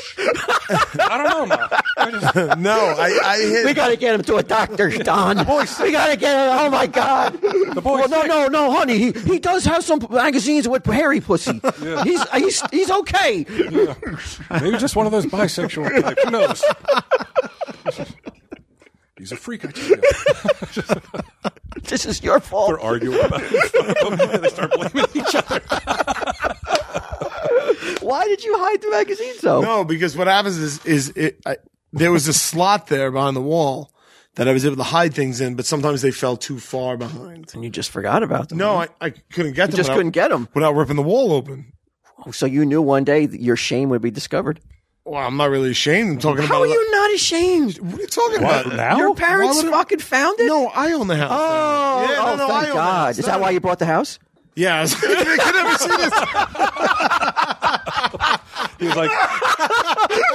I don't know, man. I just, no. I, I hit. We gotta get him to a doctor, Don. we gotta get him. Oh my God! The well, boy's sick. no, no, no, honey. He, he does have some magazines with hairy pussy. He's he's he's okay. Maybe just one of those bisexual types. Who knows? He's a freak. I tell you. This is your fault. They're arguing about it. in front of him. They start blaming each other. Why did you hide the magazines though? No, because what happens is is it I, there was a slot there behind the wall that I was able to hide things in, but sometimes they fell too far behind. You just forgot about them. No, I, I couldn't get them. just without- couldn't get 'em. Oh, without ripping the wall open. So you knew one day that your shame would be discovered. Well, I'm not really ashamed. I'm talking How about are you not ashamed? What are you talking about Your parents fucking found it. No, I own the house. Oh, Yeah, oh no, no, I thank own God. that. Is that why you bought the house? yeah, I was- I could never see this. He's like,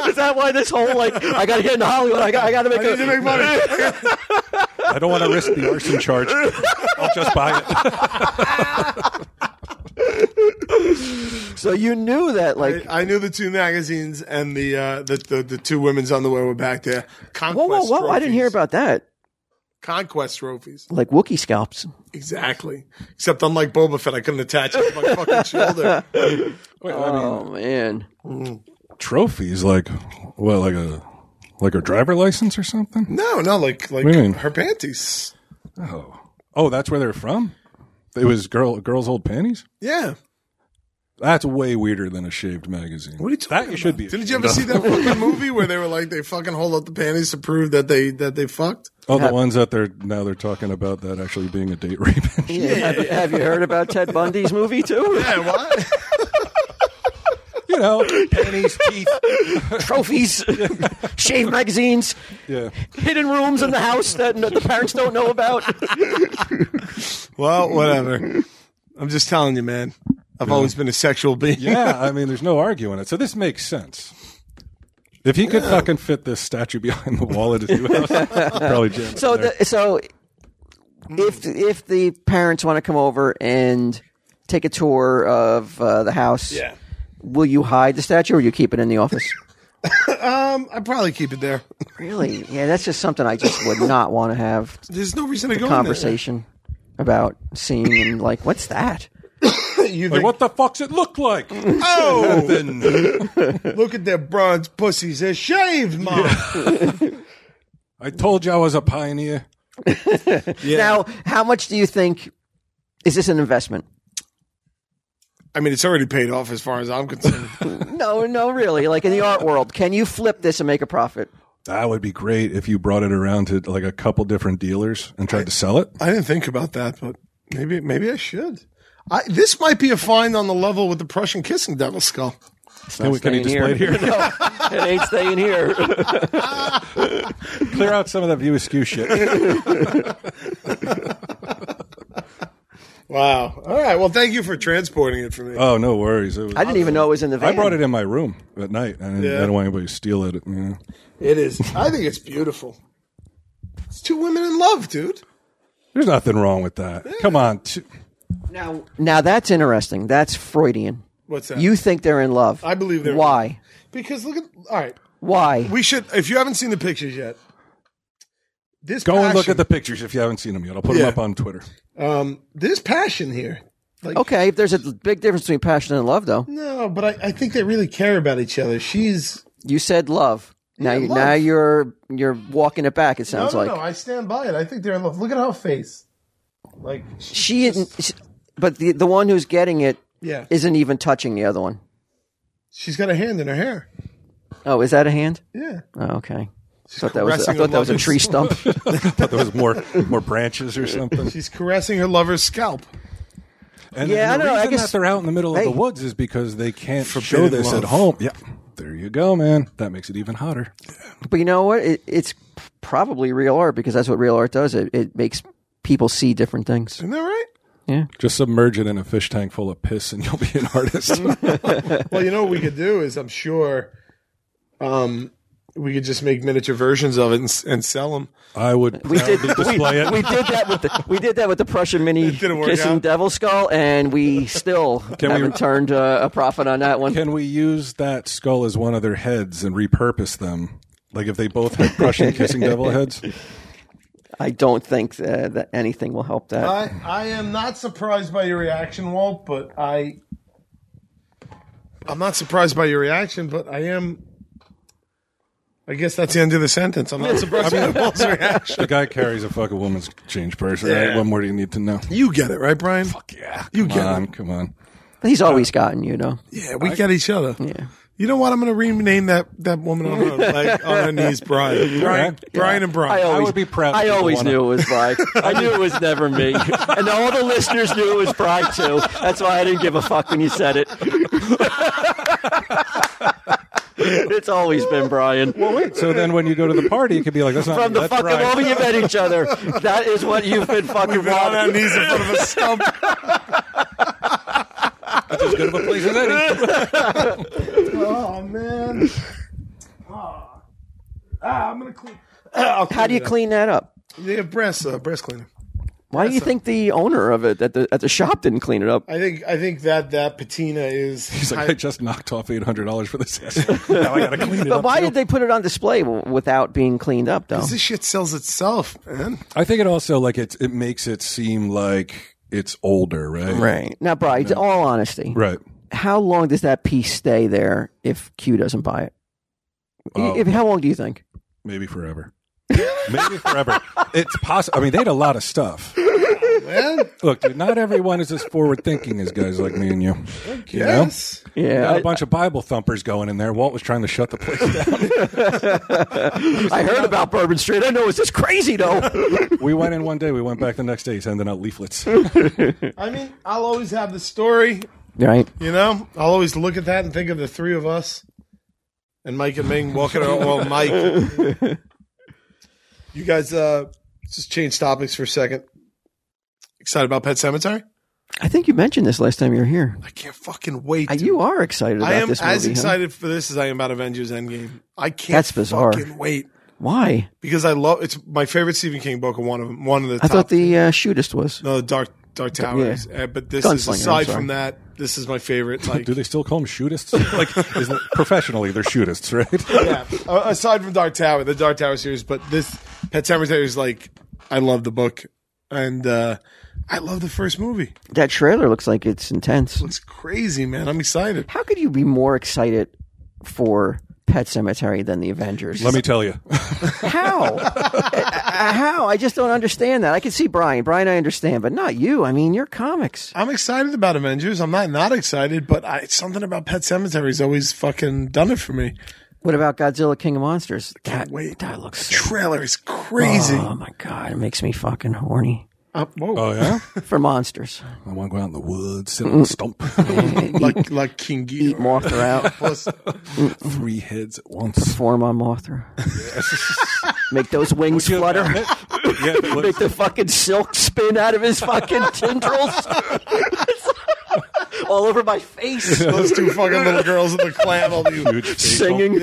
Is that why this whole, like, I got to get into Hollywood, I got, I got to make I need to a. make money. I don't want to risk the arson charge. I'll just buy it. So you knew that, like, I knew the two magazines and the uh, the, the the two women's underwear were back there. Conquest whoa, whoa, whoa, I didn't hear trophies. about that. conquest trophies. Like Wookiee scalps. Exactly. Except unlike Boba Fett, I couldn't attach it to my fucking shoulder. Wait, I mean, Oh, man. trophies like what, like a like her driver license or something? No, no, like like What do you mean? her panties. Oh, oh, that's where they're from. It was girl girls' old panties. Yeah. That's way weirder than a shaved magazine. What are you talking that you should be. Didn't you ever see that fucking movie where they were like they fucking hold up the panties to prove that they that they fucked? Oh, the ones that they're now they're talking about that actually being a date rape. have, have you heard about Ted Bundy's movie, too? Yeah, what? you know, panties, teeth. Trophies, shave magazines, Yeah. hidden rooms in the house that no- the parents don't know about. Well, whatever. I'm just telling you, man. I've always been a sexual being. Yeah, I mean, there's no arguing it. So this makes sense. If he could fucking fit this statue behind the wall at his new house, he'd probably jam. So, the, so if if the parents want to come over and take a tour of uh, the house, Yeah. will you hide the statue or you keep it in the office? Um, I probably keep it there. really? Yeah, that's just something I just would not want to have There's no reason to go conversation about seeing and like, what's that? In there. You like, think, what the fuck's it look like? Oh, then Look at their bronze pussies. They're shaved, mom. I told you I was a pioneer. Yeah. Now, how much do you think is this an investment? I mean, it's already paid off as far as I'm concerned. No, no, really. Like in the art world, can you flip this and make a profit? That would be great if you brought it around to like a couple different dealers and tried to sell it. I didn't think about that, but maybe maybe I should. I, this might be a find on the level with the Prussian kissing devil skull. It's Can not we- can you staying display it here? no, it ain't staying here. Clear out some of that view askew shit. Wow. All right. Well, thank you for transporting it for me. Oh, no worries. It was, I didn't even know it was in the I van. brought it in my room at night. I, didn't, Yeah. I don't want anybody to steal it. You know? it is. I think it's beautiful. It's two women in love, dude. There's nothing wrong with that. Come on. T- Now, now that's interesting. That's Freudian. What's that? You think they're in love? I believe they're in Why? Because look at. All right. Why? We should. If you haven't seen the pictures yet, this go passion, and look at the pictures if you haven't seen them yet. I'll put Yeah. them up on Twitter. um this passion here. Like, okay, there's a big difference between passion and love, though. No, but I, I think they really care about each other. She's You said love. Now, Yeah, you, love. now you're you're walking it back. It no, sounds no, like no. I stand by it. I think they're in love. Look at her face. Like, she isn't. she- But the the one who's getting it yeah, isn't even touching the other one. she's got a hand in her hair. Oh, is that a hand? Yeah, Oh, okay. I thought that was I caressing thought that was a her tree stump. thought there was more more branches or something. she's caressing her lover's scalp. And Yeah, I the don't know. I reason guess- that they're out in the middle Hey. of the woods is because they can't show Forbidden this at love. home. Yeah. There you go, man. That makes it even hotter. But you know what? It, it's probably real art because that's what real art does. It it makes people see different things. Isn't that right? Just submerge it in a fish tank full of piss and you'll be an artist. Well, you know what we could do is I'm sure, um, we could just make miniature versions of it and, s- and sell them. I would We did we, proudly display it. we did that with the we did that with the Prussian mini didn't work kissing out. devil skull, and we still we- haven't turned uh, a profit on that one. Can we use that skull as one of their heads and repurpose them? Like if they both had Prussian kissing devil heads? I don't think uh, that anything will help that. I I am not surprised by your reaction, Walt, but I I'm not surprised by your reaction, but I am. I guess that's the end of the sentence. I'm not surprised by Walt's reaction. The guy carries a fucking woman's change purse, right? Yeah. What more do you need to know? You get it, right, Brian? Yeah. You You get get on, come on. He's uh, always gotten you know. Yeah, we get each other. Yeah. You know what? I'm going to rename that, that woman on her leg, on her knees, Brian. Brian, Brian, and Brian. always, would be proud I if you always won it. knew it was Bry. I knew it was never me, and all the listeners knew it was Bry too. That's why I didn't give a fuck when you said it. it's always been Brian. So then when you go to the party, you could be like, that's not From the me, that's fucking Brian. moment you met each other, that is what you've been fucking on our wanting. knees in front of a stump. As good of a place as any. oh, man. Ah. Ah, I'm going to clean. I'll How do you it up. clean that up? They have breast, uh, breast cleaner. Why do you think the owner of it at the at the shop didn't clean it up? I think I think that that patina is. He's like, I, just knocked off eight hundred dollars for this. now I gotta clean it But up. why did they put it on display w- without being cleaned up though? this shit sells itself, man. I think it also like it it makes it seem like it's older, right? Right now, Bry. to All honesty, Right. how long does that piece stay there if Q doesn't buy it? Oh. If, how long do you think? Maybe forever. Maybe forever. It's possible. I mean, they had a lot of stuff. Man, Look, dude, not everyone is as forward thinking as guys like me and you. You know? yes. Yeah, Got a I, bunch of Bible thumpers going in there. Walt was trying to shut the place down. I heard about Bourbon Street. I know it's just crazy though. we went in one day. We went back the next day. He's handing out leaflets. I mean, I'll always have the story. right? You know, I'll always look at that and think of the three of us and Mike and Ming walking around. Well, Mike, you guys, uh, let's just change topics for a second. Excited about Pet Cemetery? I think you mentioned this last time you were here. I can't fucking wait. Uh, dude. You are excited about I am this movie. as huh? excited for this as I am about Avengers Endgame. I can't. That's bizarre. Fucking wait, Why? because I love it's my favorite Stephen King book, and one of them, one of the. I top thought the uh, shootist was. no the Dark Dark Towers, uh, but this is Gunslinger, I'm aside sorry. from that. This is my favorite. Like, Do they still call them shootists? Like, isn't it, professionally they're shootists, right? yeah. A- uh, Aside from Dark Tower, the Dark Tower series, but this Pet Cemetery is like, I love the book, and uh, I love the first movie. That trailer looks like it's intense. It's crazy, man. I'm excited. How could you be more excited for Pet Cemetery than the Avengers? Let me tell you. How? Uh, How? I just don't understand that. I can see Brian. Brian, I understand, but not you. I mean, you're comics. I'm excited about Avengers. I'm not not excited, but I, something about Pet Cemetery's always fucking done it for me. What about Godzilla King of Monsters? Can't That, wait. that looks Ah. Trailer is crazy. Oh my god, it makes me fucking horny. Uh, whoa. Oh yeah, for monsters. I want to go out in the woods, sit on a stump, like like King Eat Ghidorah. Mothra out. Plus, three heads at once. Form on Mothra. Make those wings flutter. yeah, Make the fucking silk spin out of his fucking tendrils. All over my face. those two fucking little girls in the clam. You. huge facial. Singing.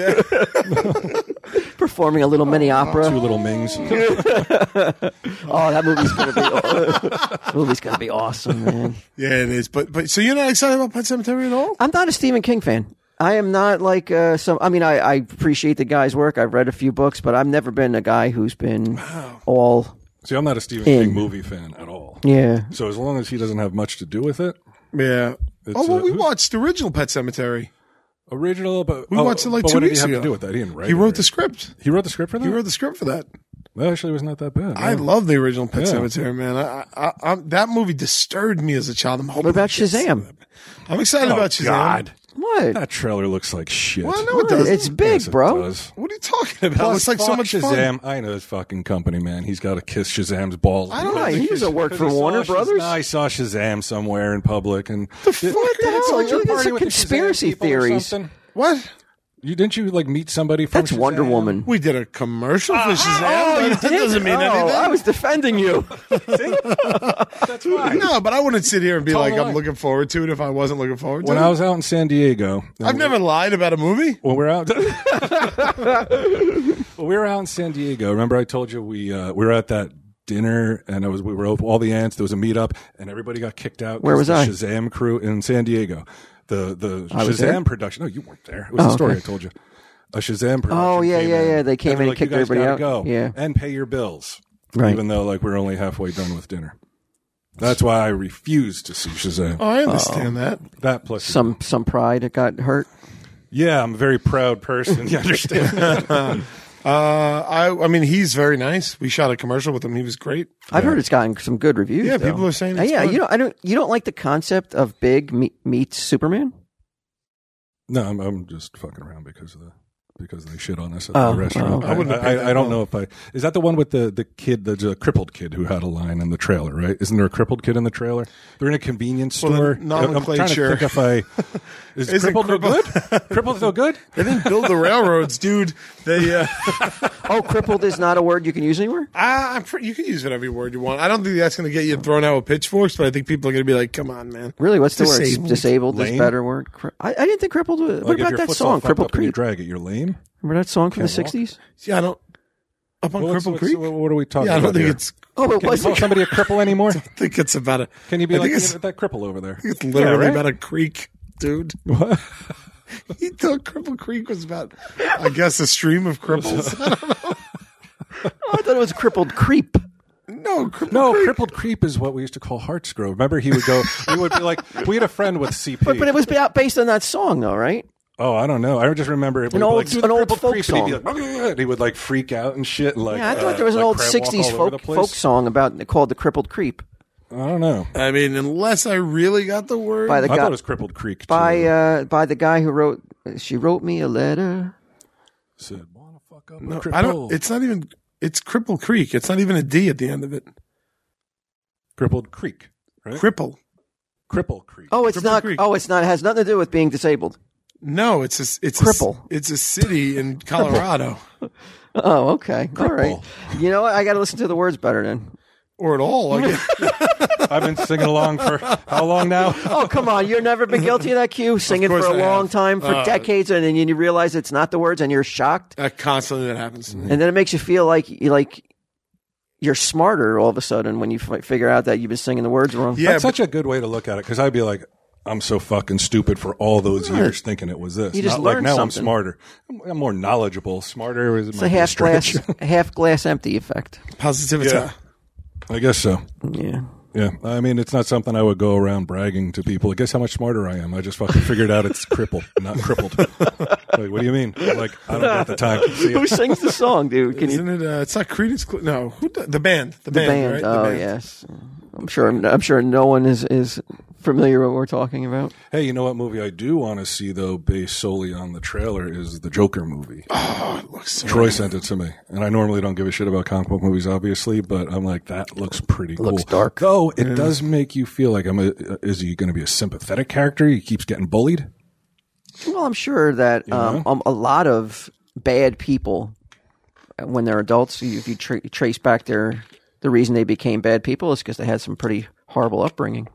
Performing a little Oh, mini opera. Two little mings. Oh, that movie's gonna be that movie's gonna be awesome, man. Yeah, it is. But but so you're not excited about Pet Cemetery at all? I'm not a Stephen King fan. I am not like uh, some. I mean, I, I appreciate the guy's work. I've read a few books, but I've never been a guy who's been all See, I'm not a Stephen In. King movie fan at all. yeah. So as long as he doesn't have much to do with it, Yeah. oh well, uh, we who- watched the original Pet Cemetery. original. But We oh, watched it like but two what did weeks he have ago. To do with that, he didn't write. He it, wrote right? the script. He wrote the script for that. He wrote the script for that. that actually was not that bad. I yeah. love the original Pet Yeah. Cemetery, man. I, I, I, that movie disturbed me as a child. I'm hoping What about it gets- Shazam? I'm excited Oh, about Shazam. God, What? that trailer looks like shit. Well, no, it doesn't. It's big, Yes, it bro. does. What are you talking about? Plus, it's like so fuck much fun. Shazam. I know his fucking company, man. He's got to kiss Shazam's balls. I don't know. Why? He doesn't work for Because I saw Warner Shaz- Brothers. No, I saw Shazam somewhere in public, and the fuck? hell? It's a conspiracy theories. What? You didn't you like meet somebody from That's Shazam? Wonder Woman. We did a commercial for Shazam. that doesn't mean Oh, anything. I was defending you. That's right. no, but I wouldn't sit here and be like, the I'm line. looking forward to it if I wasn't looking forward to When it. I was out in San Diego, I've never lied about a movie. when we're out. well, we were out in San Diego. Remember, I told you we uh, we were at that dinner, and it was we were open, all the ants. There was a meetup, and everybody got kicked out. 'cause Where was the I? Shazam crew in San Diego. The the was there? Shazam production. No, you weren't there. It was the story I told you. A Shazam production. Oh, yeah, came yeah, in, yeah. They came in they're and like, "You kicked guys everybody gotta out." Go Yeah. and pay your bills, Right. even though like we're only halfway done with dinner. That's why I refuse to see Shazam. Oh, I understand that. That plus Some some pride that got hurt. Yeah, I'm a very proud person. You understand? that? Uh, I, I mean, he's very nice. We shot a commercial with him. He was great. I've heard it's gotten some good reviews. Yeah, though. people are saying Uh, it's yeah, good. you don't. I don't. You don't like the concept of big me- meets Superman? No, I'm, I'm just fucking around because of the because they shit on us at Oh, the restaurant. oh, I, I wouldn't have I, picked I, that don't up. know if I is that the one with the the kid, the, the crippled kid who had a line in the trailer, right? Isn't there a crippled kid in the trailer? They're in a convenience Well, the store. I'm trying to nomenclature. think if I is Isn't crippled no crippled- good? crippled no good? They didn't build the railroads, dude. They, uh, Oh, crippled is not a word you can use anywhere. I, I'm pretty, you can use whatever word you want. I don't think that's going to get you thrown out with pitchforks, but I think people are going to be like, "Come on, man." Really, what's the word? Disabled. Disabled, disabled is Lame? better word. Cri- I, I didn't think crippled. Was, what if about your that foot's all song, fucked Crippled up and you Creek? drag it. You're lame. Remember that song from the Can't walk. '60s? Yeah, I don't. Up on Well, what's- Cripple what's- Creek. What, what are we talking yeah, I about? don't think here? it's. Oh, it Can you was. call somebody a cripple anymore? I think it's about a. Can you be I like think "Yeah, it's, that cripple over there? it's literally Yeah, right? about a creek, dude. What? He thought Cripple Creek was about, I guess, a stream of cripples. Oh, I thought it was crippled creep. no, Cripple No, Creek. crippled creep is what we used to call Hearts Grove. Remember, he would go. we would be like, we had a friend with CP. But it was ba- based on that song, though, right? oh, I don't know. I just remember it. We'd be old- like, "Do the an old crippled folk creep," and he'd be like, "Ugh," and he would like freak out and shit. And like, Yeah, I uh, thought there was an like old crab walk '60s all over the folk place. folk song about called "The Crippled Creep" I don't know. I mean, unless I really got the word. by the I thought guy it was crippled creek. by too. uh, by the guy who wrote. She wrote me a letter. said, "Wanna fuck up a no, cripple." I don't. It's not even. It's Cripple Creek. It's not even a D at the end of it. crippled creek. Right? Cripple. cripple creek. Oh, it's Crippled not. Creek. Oh, it's not. It has nothing to do with being disabled. No, it's a. It's Cripple. A, it's a city in Colorado, Oh, okay. All right. You know what? I got to listen to the words better then. or at all. I guess. I've been singing along for how long now? Oh, come on. You've never been guilty of that cue, singing for course a I long have. time, for decades, and then you realize it's not the words and you're shocked. Uh, constantly that happens to me. And then it makes you feel like, like you're smarter all of a sudden when you f- figure out that you've been singing the words wrong. Yeah, That's such a good way to look at it because I'd be like, I'm so fucking stupid for all those years thinking it was this. You just Not like learned now I'm something. smarter. I'm, I'm more knowledgeable. Smarter is It's a half glass, half glass empty effect. Positivity. Yeah. I guess so. Yeah. Yeah. I mean, it's not something I would go around bragging to people. Guess how much smarter I am? I just fucking figured out it's crippled, not crippled. like, what do you mean? Like, I don't got the time. See ya. Who sings the song, dude? Can you? Isn't it? Uh, it's not Creedence. Cl- no, who, the, the band. The, The band. Right? Oh, the band. yes. I'm sure. I'm, I'm sure no one is is familiar with what we're talking about. Hey, you know what movie I do want to see though, based solely on the trailer, is the Joker movie. Oh, it looks so Troy sent it to me, and I normally don't give a shit about comic book movies, obviously, but I'm like, that looks pretty cool. Looks dark. Though it does make you feel like I'm. A, is he going to be a sympathetic character? He keeps getting bullied. Well, I'm sure that um, um, a lot of bad people, uh, when they're adults, you- if you tra- trace back their the reason they became bad people is because they had some pretty horrible upbringing.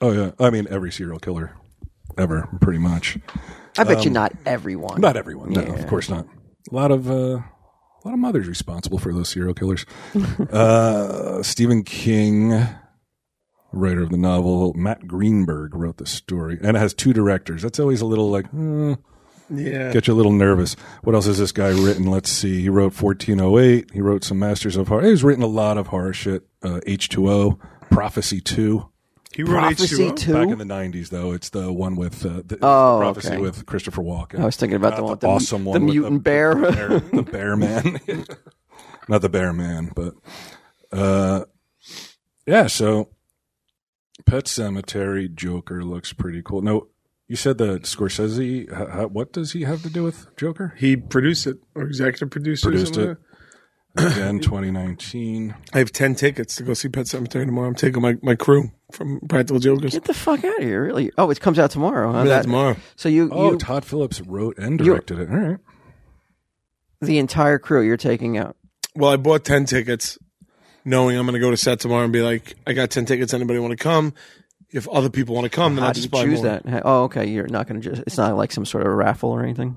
Oh yeah, I mean every serial killer ever, pretty much. I bet you not everyone. Not everyone, no, of course not. A lot of uh, a lot of mothers responsible for those serial killers. uh, Stephen King, writer of the novel, Matt Greenberg wrote the story, and it has two directors. That's always a little like. hmm, yeah. get you a little nervous. What else has this guy written? Let's see. He wrote 1408. He wrote some Masters of Horror. He's written a lot of horror shit. Uh, H2O, Prophecy 2. He wrote Prophecy H2O. Two. Back in the 90s, though, it's the one with uh, the Oh, Prophecy okay. with Christopher Walken. I was thinking about the one with the, awesome the one with mutant the- bear. bear, the bear man. Not the bear man, but uh, yeah. So, Pet Cemetery Joker looks pretty cool. No, you said that Scorsese. h- h- what does he have to do with Joker? He produced it or executive producer. or Produced something it. like Again, 2019. that. I have 10 tickets to go see Pet Cemetery tomorrow. I'm taking my, my crew from Practical Jokers. Get the fuck out of here! Really? Oh, it comes out tomorrow. Huh? Comes out That- tomorrow. So you, Oh, you Todd Phillips wrote and directed it. All right. the entire crew you're taking out. Well, I bought 10 tickets knowing I'm going to go to set tomorrow and be like, I got 10 tickets. Anybody want to come? If other people want to come, then How I'll do you just buy choose more. that? How- Oh, okay. You're not going to just. It's not like some sort of raffle or anything.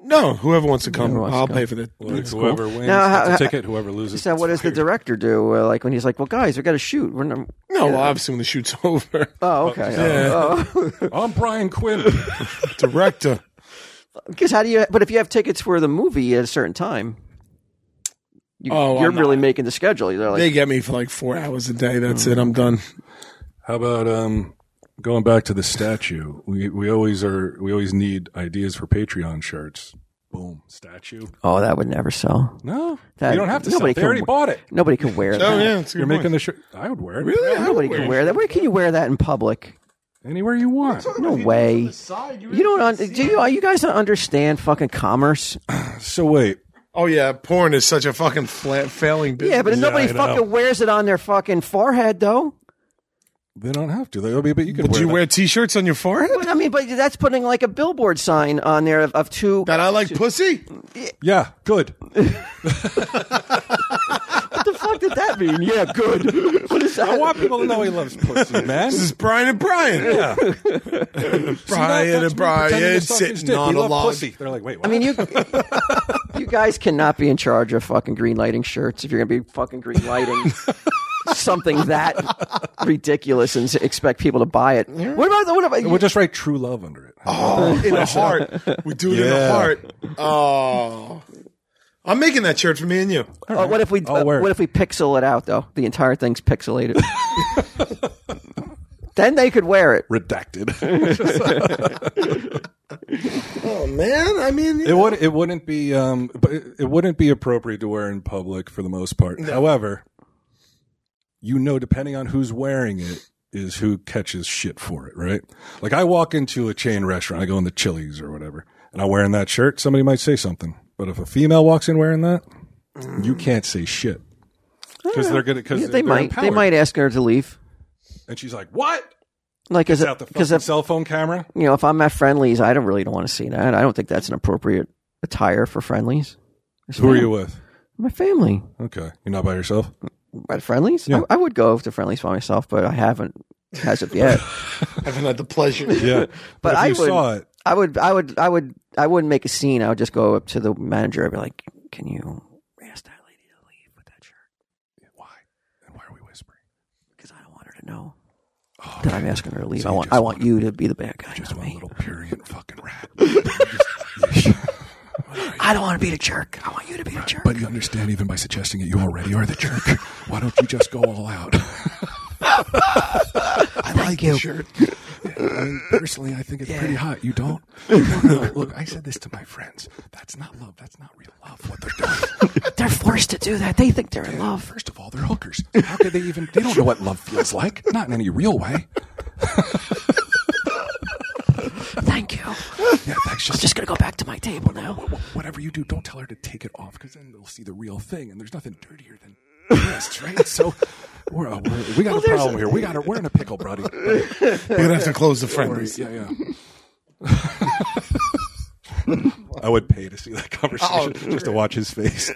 No, whoever wants to come, Whoever wants to I'll come. pay for that. whoever wins Now, gets how- a ticket. Whoever loses. So, gets what does the fired. director do? Uh, like when he's like, "Well, guys, we got to shoot." We're not, No, well, obviously when the shoot's over, oh, okay. Oh, I'm Brian Quinn. director. Because how do you? But if you have tickets for the movie at a certain time, you, Oh, you're I'm really making the schedule. They're like, Mm. They get me for like four hours a day. That's it. I'm done. How about um, going back to the statue? We we always are. We always need ideas for Patreon shirts. Boom, statue. "Oh, that would never sell. No, That- you don't have to. Sell. nobody it. They already can- bought it. Nobody can wear Oh that. yeah, it's a good You're point. making the shirt. I would wear it. Really? I would Nobody can wear that. Where can you wear that in public? anywhere you want. No way. You don't. Un- do you? Are you guys don't understand fucking commerce? So wait, Oh yeah, porn is such a fucking flat failing business. Yeah, but nobody I know. fucking wears it on their fucking forehead, though. they don't have to. They, but you could. But do wear you that. wear t-shirts on your forehead? But I mean, but that's putting like a billboard sign on there of, of two. That I like pussy. Yeah, good. what the fuck did that mean? Yeah, good. what is that? I want people to know he loves pussy, man. This is Brian and Brian. yeah. Brian and Brian sitting on a log. They're like, wait, I mean, you you guys cannot be in charge of fucking green lighting shirts if you're going to be fucking green lighting something that ridiculous and expect people to buy it. What about the, what about we'll just write true love under it. Oh, in the heart. We do it in the Yeah. heart. Oh. I'm making that shirt for me and you. uh, what if we I'll wear it. what if we pixel it out though? The entire thing's pixelated. then they could wear it. Redacted. Oh man, I mean, it would. It wouldn't be. Um, but it, it wouldn't be appropriate to wear in public for the most part. However, you know, depending on who's wearing it, is who catches shit for it, right? Like I walk into a chain restaurant, I go in the Chili's or whatever, and I'm wearing that shirt. Somebody might say something, but if a female walks in wearing that, you can't say shit because they're gonna because Mm. Ah. Yeah, they might they might ask her to leave. and she's like, "What?" Like is Out it the because fucking if cell phone camera. you know if I'm at friendlies, I don't really don't want to see that. I don't think that's an appropriate attire for friendlies. Who are you with? My family. Okay, you're not by yourself. At friendlies? I, I would go to friendlies by myself, but I haven't as of yet. I haven't had the pleasure. Yeah, But if I you would- saw it. I would, I would, I would, I wouldn't make a scene. I would just go up to the manager. I'd be like, "Can you ask that lady to leave with that shirt? Why? And why are we whispering? Because I don't want her to know Oh, that I'm asking her to leave. I want, I want you to be the bad guy, not me. purient fucking rat. I don't want to be the jerk. I want you to be the jerk. you understand, even by suggesting it, you already are the jerk. Why don't you just go all out? I like you. I mean, personally, I think it's pretty hot. You don't? No, look, I said this to my friends. That's not love. That's not real love. What they're doing. They're forced to do that. They think they're in love. First of all, they're hookers. How could they even? They don't know what love feels like. Not in any real way. Thank you. Yeah, that's I'm just just gonna go back to my table now. wh- whatever you do. Don't tell her to take it off because then they'll see the real thing, and there's nothing dirtier than breasts, right? So. We're, uh, we're, we got a problem here. We got a, we're in a pickle, buddy. buddy. You're gonna have to close the friend. Yeah, yeah. I would pay to see that Oh, conversation just to watch his face.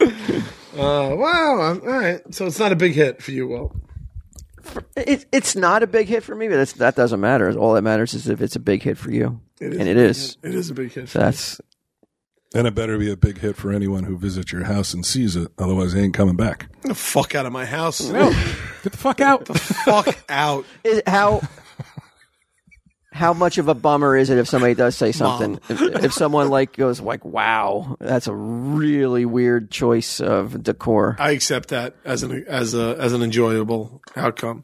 Uh, wow. I'm- all right. So it's not a big hit for you, Walt. It, it's not a big hit for me, but it's, that doesn't matter. All that matters is if it's a big hit for you, It is and it is. It is a big hit. So that's and it better be a big hit for anyone who visits your house and sees it. Otherwise, they ain't coming back. Get the fuck out of my house. Get the fuck out. fuck out. is, how. How much of a bummer is it if somebody does say something? If, if someone like goes like, "Wow, that's a really weird choice of decor," I accept that as an as a as an enjoyable outcome.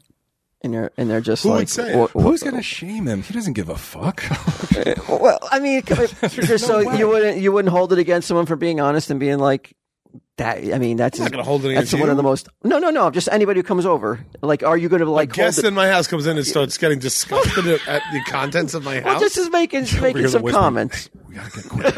and they're and they're just Who would like, say it? "Wha- wha- Who's gonna shame him? He doesn't give a fuck. Well, I mean, c- just so you wouldn't you wouldn't hold it against someone for being honest and being like that. I mean, that's I'm not gonna hold it That's against one you. of the most. No, no, no. Just anybody who comes over. Like, are you going to like hold Guest it? in my house comes in and starts getting disgusted at, at the contents of my Well, house. just is making making the some whisper. comments. we gotta get quick.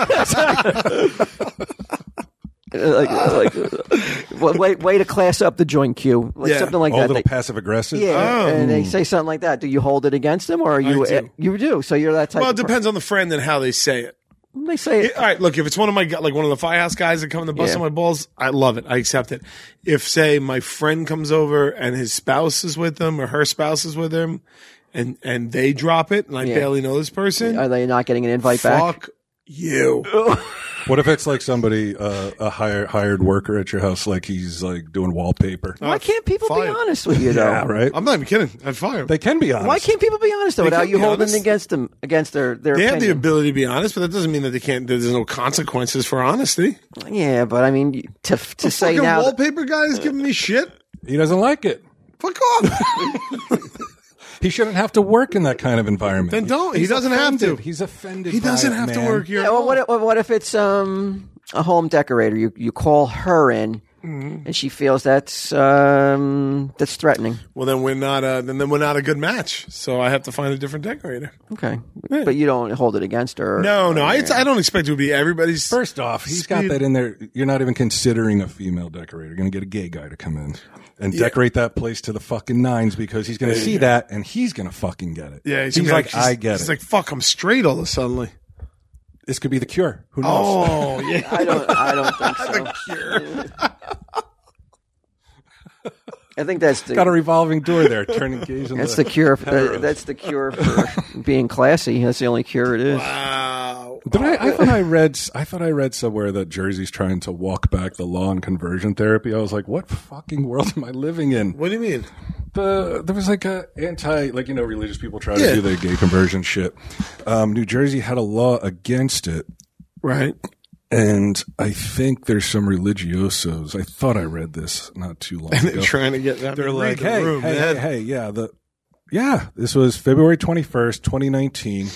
Uh, like, like uh, way way to class up the joint queue, like Yeah. something like All that. Oh, little They- passive aggressive. yeah, Oh. and they say something like that. Do you hold it against them, or are you eh, do. you do? So you're that type. well, it of depends on the friend and how they say it. uh, person. They say All right, look, if it's one of my gu- like one of the firehouse guys that come in the bus Yeah. on my balls, I love it. I accept it. If say my friend comes over and his spouse is with them or her spouse is with him, and and they drop it, and I barely know this person, Are they not getting an invite back? fuck you. What if it's like somebody, uh, a hired hired worker at your house, like he's like doing wallpaper? Oh, Why can't people be Fine. honest with you though? Yeah, right. Uh, I'm not even kidding. I'd fire him. They can be honest. Why can't people be honest though? Without Oh. can't you be holding honest. against them against their their They have the opinion. ability to be honest, but that doesn't mean that they can't. There's no consequences for honesty. yeah, but I mean to to say Fucking now. that- wallpaper guy is giving me shit. he doesn't like it? Fuck off. He shouldn't have to work in that kind of environment. Then don't. He He's doesn't have to. offended. He's offended. He by doesn't it, have to man. work here. Yeah, well, what if, what if it's um a home decorator? You you call her in, Mm-hmm. and she feels that's um that's threatening. Well, then we're not. Uh, then then we're not a good match. So I have to find a different decorator. Okay, but you don't hold it against her. No, no, I, it's, I don't expect it to be everybody's. First off, he's got Speed. that in there. You're not even considering a female decorator. You're going to get a gay guy to come in and decorate that place to the fucking nines because he's going to see that and he's going to fucking get it. yeah, he's, gonna be like, I get He's it. like, fuck, I'm straight all of a sudden. this could be the cure. Who knows? Oh, yeah. I don't. I don't think so. I think that's the Got a revolving door there. Turn engage. in that's the cure. For, that's the cure for being classy. That's the only cure it is. Wow. Did I, I thought I read. I thought I read somewhere that Jersey's trying to walk back the law on conversion therapy. I was like, what fucking world am I living in? What do you mean? the there was like a anti like you know religious people try to Yeah. do the gay conversion shit. Um, New Jersey had a law against it, Right. and I think there's some religiosos. I thought I read this not too long They're ago. trying to get that. They're Like, hey, room, hey, man. hey, hey, yeah, the yeah. This was February 21st, 2019.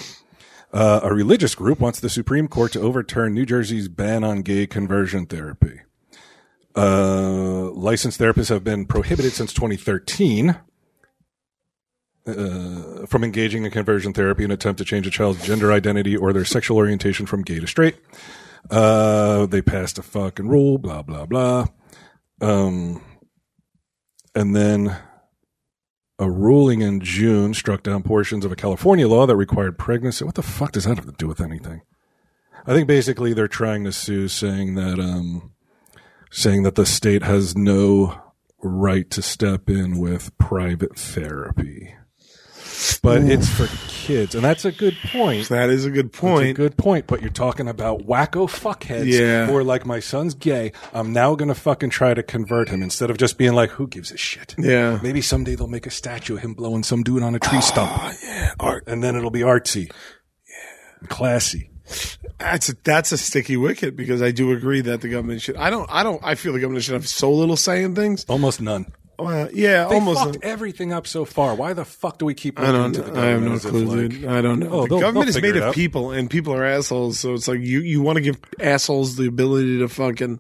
Uh, a religious group wants the Supreme Court to overturn New Jersey's ban on gay conversion therapy. Uh, licensed therapists have been prohibited since 2013 uh, from engaging in conversion therapy in an attempt to change a child's gender identity or their sexual orientation from gay to straight. Uh, they passed a fucking rule, blah, blah, blah. Um, and then a ruling in June struck down portions of a California law that required pregnancy. What the fuck does that have to do with anything? I think basically they're trying to sue, saying that um, saying that the state has no right to step in with private therapy, but it's for kids, and that's a good point. That is a good That's a point. good point, but you're talking about wacko fuckheads Yeah. who are like, my son's gay. I'm now going to fucking try to convert him instead of just being like, who gives a shit? Yeah. Ah, Maybe someday they'll make a statue of him blowing some dude on a tree stump. yeah. Art. And then it'll be artsy. Yeah. Classy. That's a, that's a sticky wicket because I do agree that the government should. I don't. I don't. I feel the government should have so little say in things. Almost none. Well, yeah, They almost. fucked everything up so far. Why the fuck do we keep I looking don't. to the I have government? no as if, clue, like- dude. I don't know. Oh, the they'll- government they'll is figure made it of out. people, and people are assholes. So it's like you you want to give assholes the ability to fucking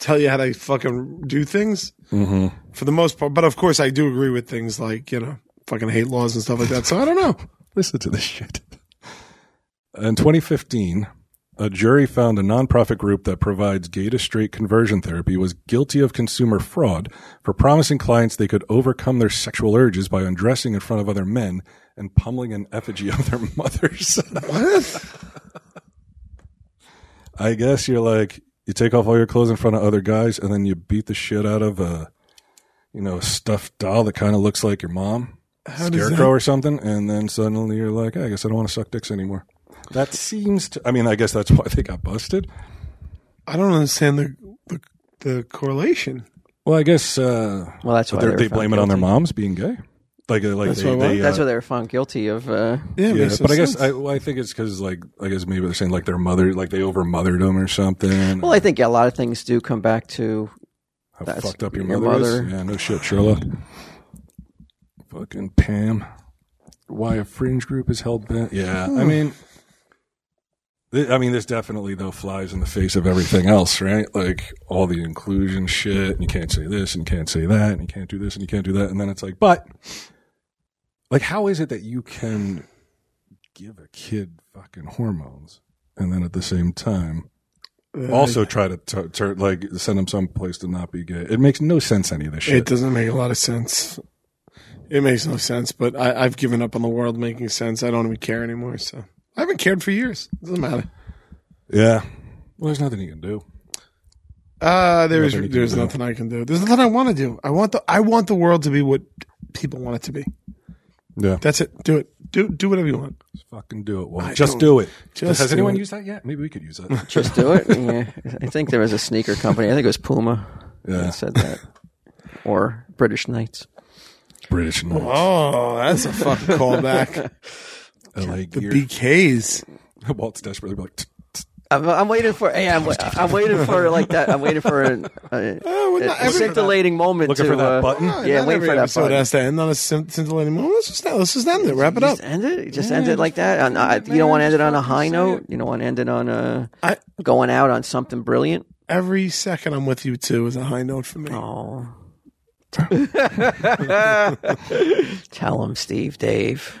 tell you how to fucking do things for the most part. But of course, I do agree with things like you know fucking hate laws and stuff like that. So I don't know. Listen to this shit. In 2015, a jury found a nonprofit group that provides gay to straight conversion therapy was guilty of consumer fraud for promising clients they could overcome their sexual urges by undressing in front of other men and pummeling an effigy of their mothers. I guess you're like, you take off all your clothes in front of other guys and then you beat the shit out of a, you know, a stuffed doll that kind of looks like your mom scarecrow or something, and then suddenly you're like, I guess I don't want to suck dicks anymore. That seems to. I mean, I guess that's why they got busted. I don't understand the the, the correlation. Well, I guess uh, Well, that's why they were they found blame it on their guilty. moms being gay. Like, uh, like That's they, why what? they, uh, That's why they were found guilty of. Uh, Yeah, it yeah, makes no but I guess sense. I, well, I think it's because like I guess maybe they're saying like their mother like they overmothered them or something. well, I think a lot of things do come back to. How that's fucked up your, your mother, is? mother. Yeah, no shit, Sherlock. Fucking Pam. Why a fringe group is hell bent? Yeah, Hmm. I mean, thi- I mean, this definitely though flies in the face of everything else, right? Like all the inclusion shit, and you can't say this, and you can't say that, and you can't do this, and you can't do that, and then it's like, but, like, how is it that you can give a kid fucking hormones, and then at the same time also try to t- tur like send them someplace to not be gay. It makes no sense any of this It shit. doesn't make a lot of sense. It makes no sense, but I, I've given up on the world making sense. I don't even care anymore. So I haven't cared for years. doesn't matter. yeah. Well, there's nothing you can do. Uh, there's Nothing you can there's do. nothing I can do. There's nothing I want to do. I want the I want the world to be what people want it to be. Yeah. That's it. Do it. Do do whatever you want. Just fucking do it. Well, I just don't- do it. just Has do anyone it. used that yet? Maybe we could use that. Just do it. yeah, I think there was a sneaker company. I think it was Puma Yeah. that said that, or British Knights. British Knights, Oh, that's a fucking callback. LA gear. BKs. Walt's desperately like, "Tsk, tsk." I'm, I'm waiting for. Hey, I'm, I'm waiting for like that. I'm waiting for an, a, well, not a every- scintillating moment looking to for that uh, button. Yeah, wait for that Oh, episode button. has to end on a scin- scintillating moment. Let's just let's just end it. Wrap it up. Just end it. Just end it like that. And I- you don't want to end it on a high note. You don't want to end it on a I going out on something brilliant. every second I'm with you too is a high note for me. Oh. Tell him, Steve, Dave.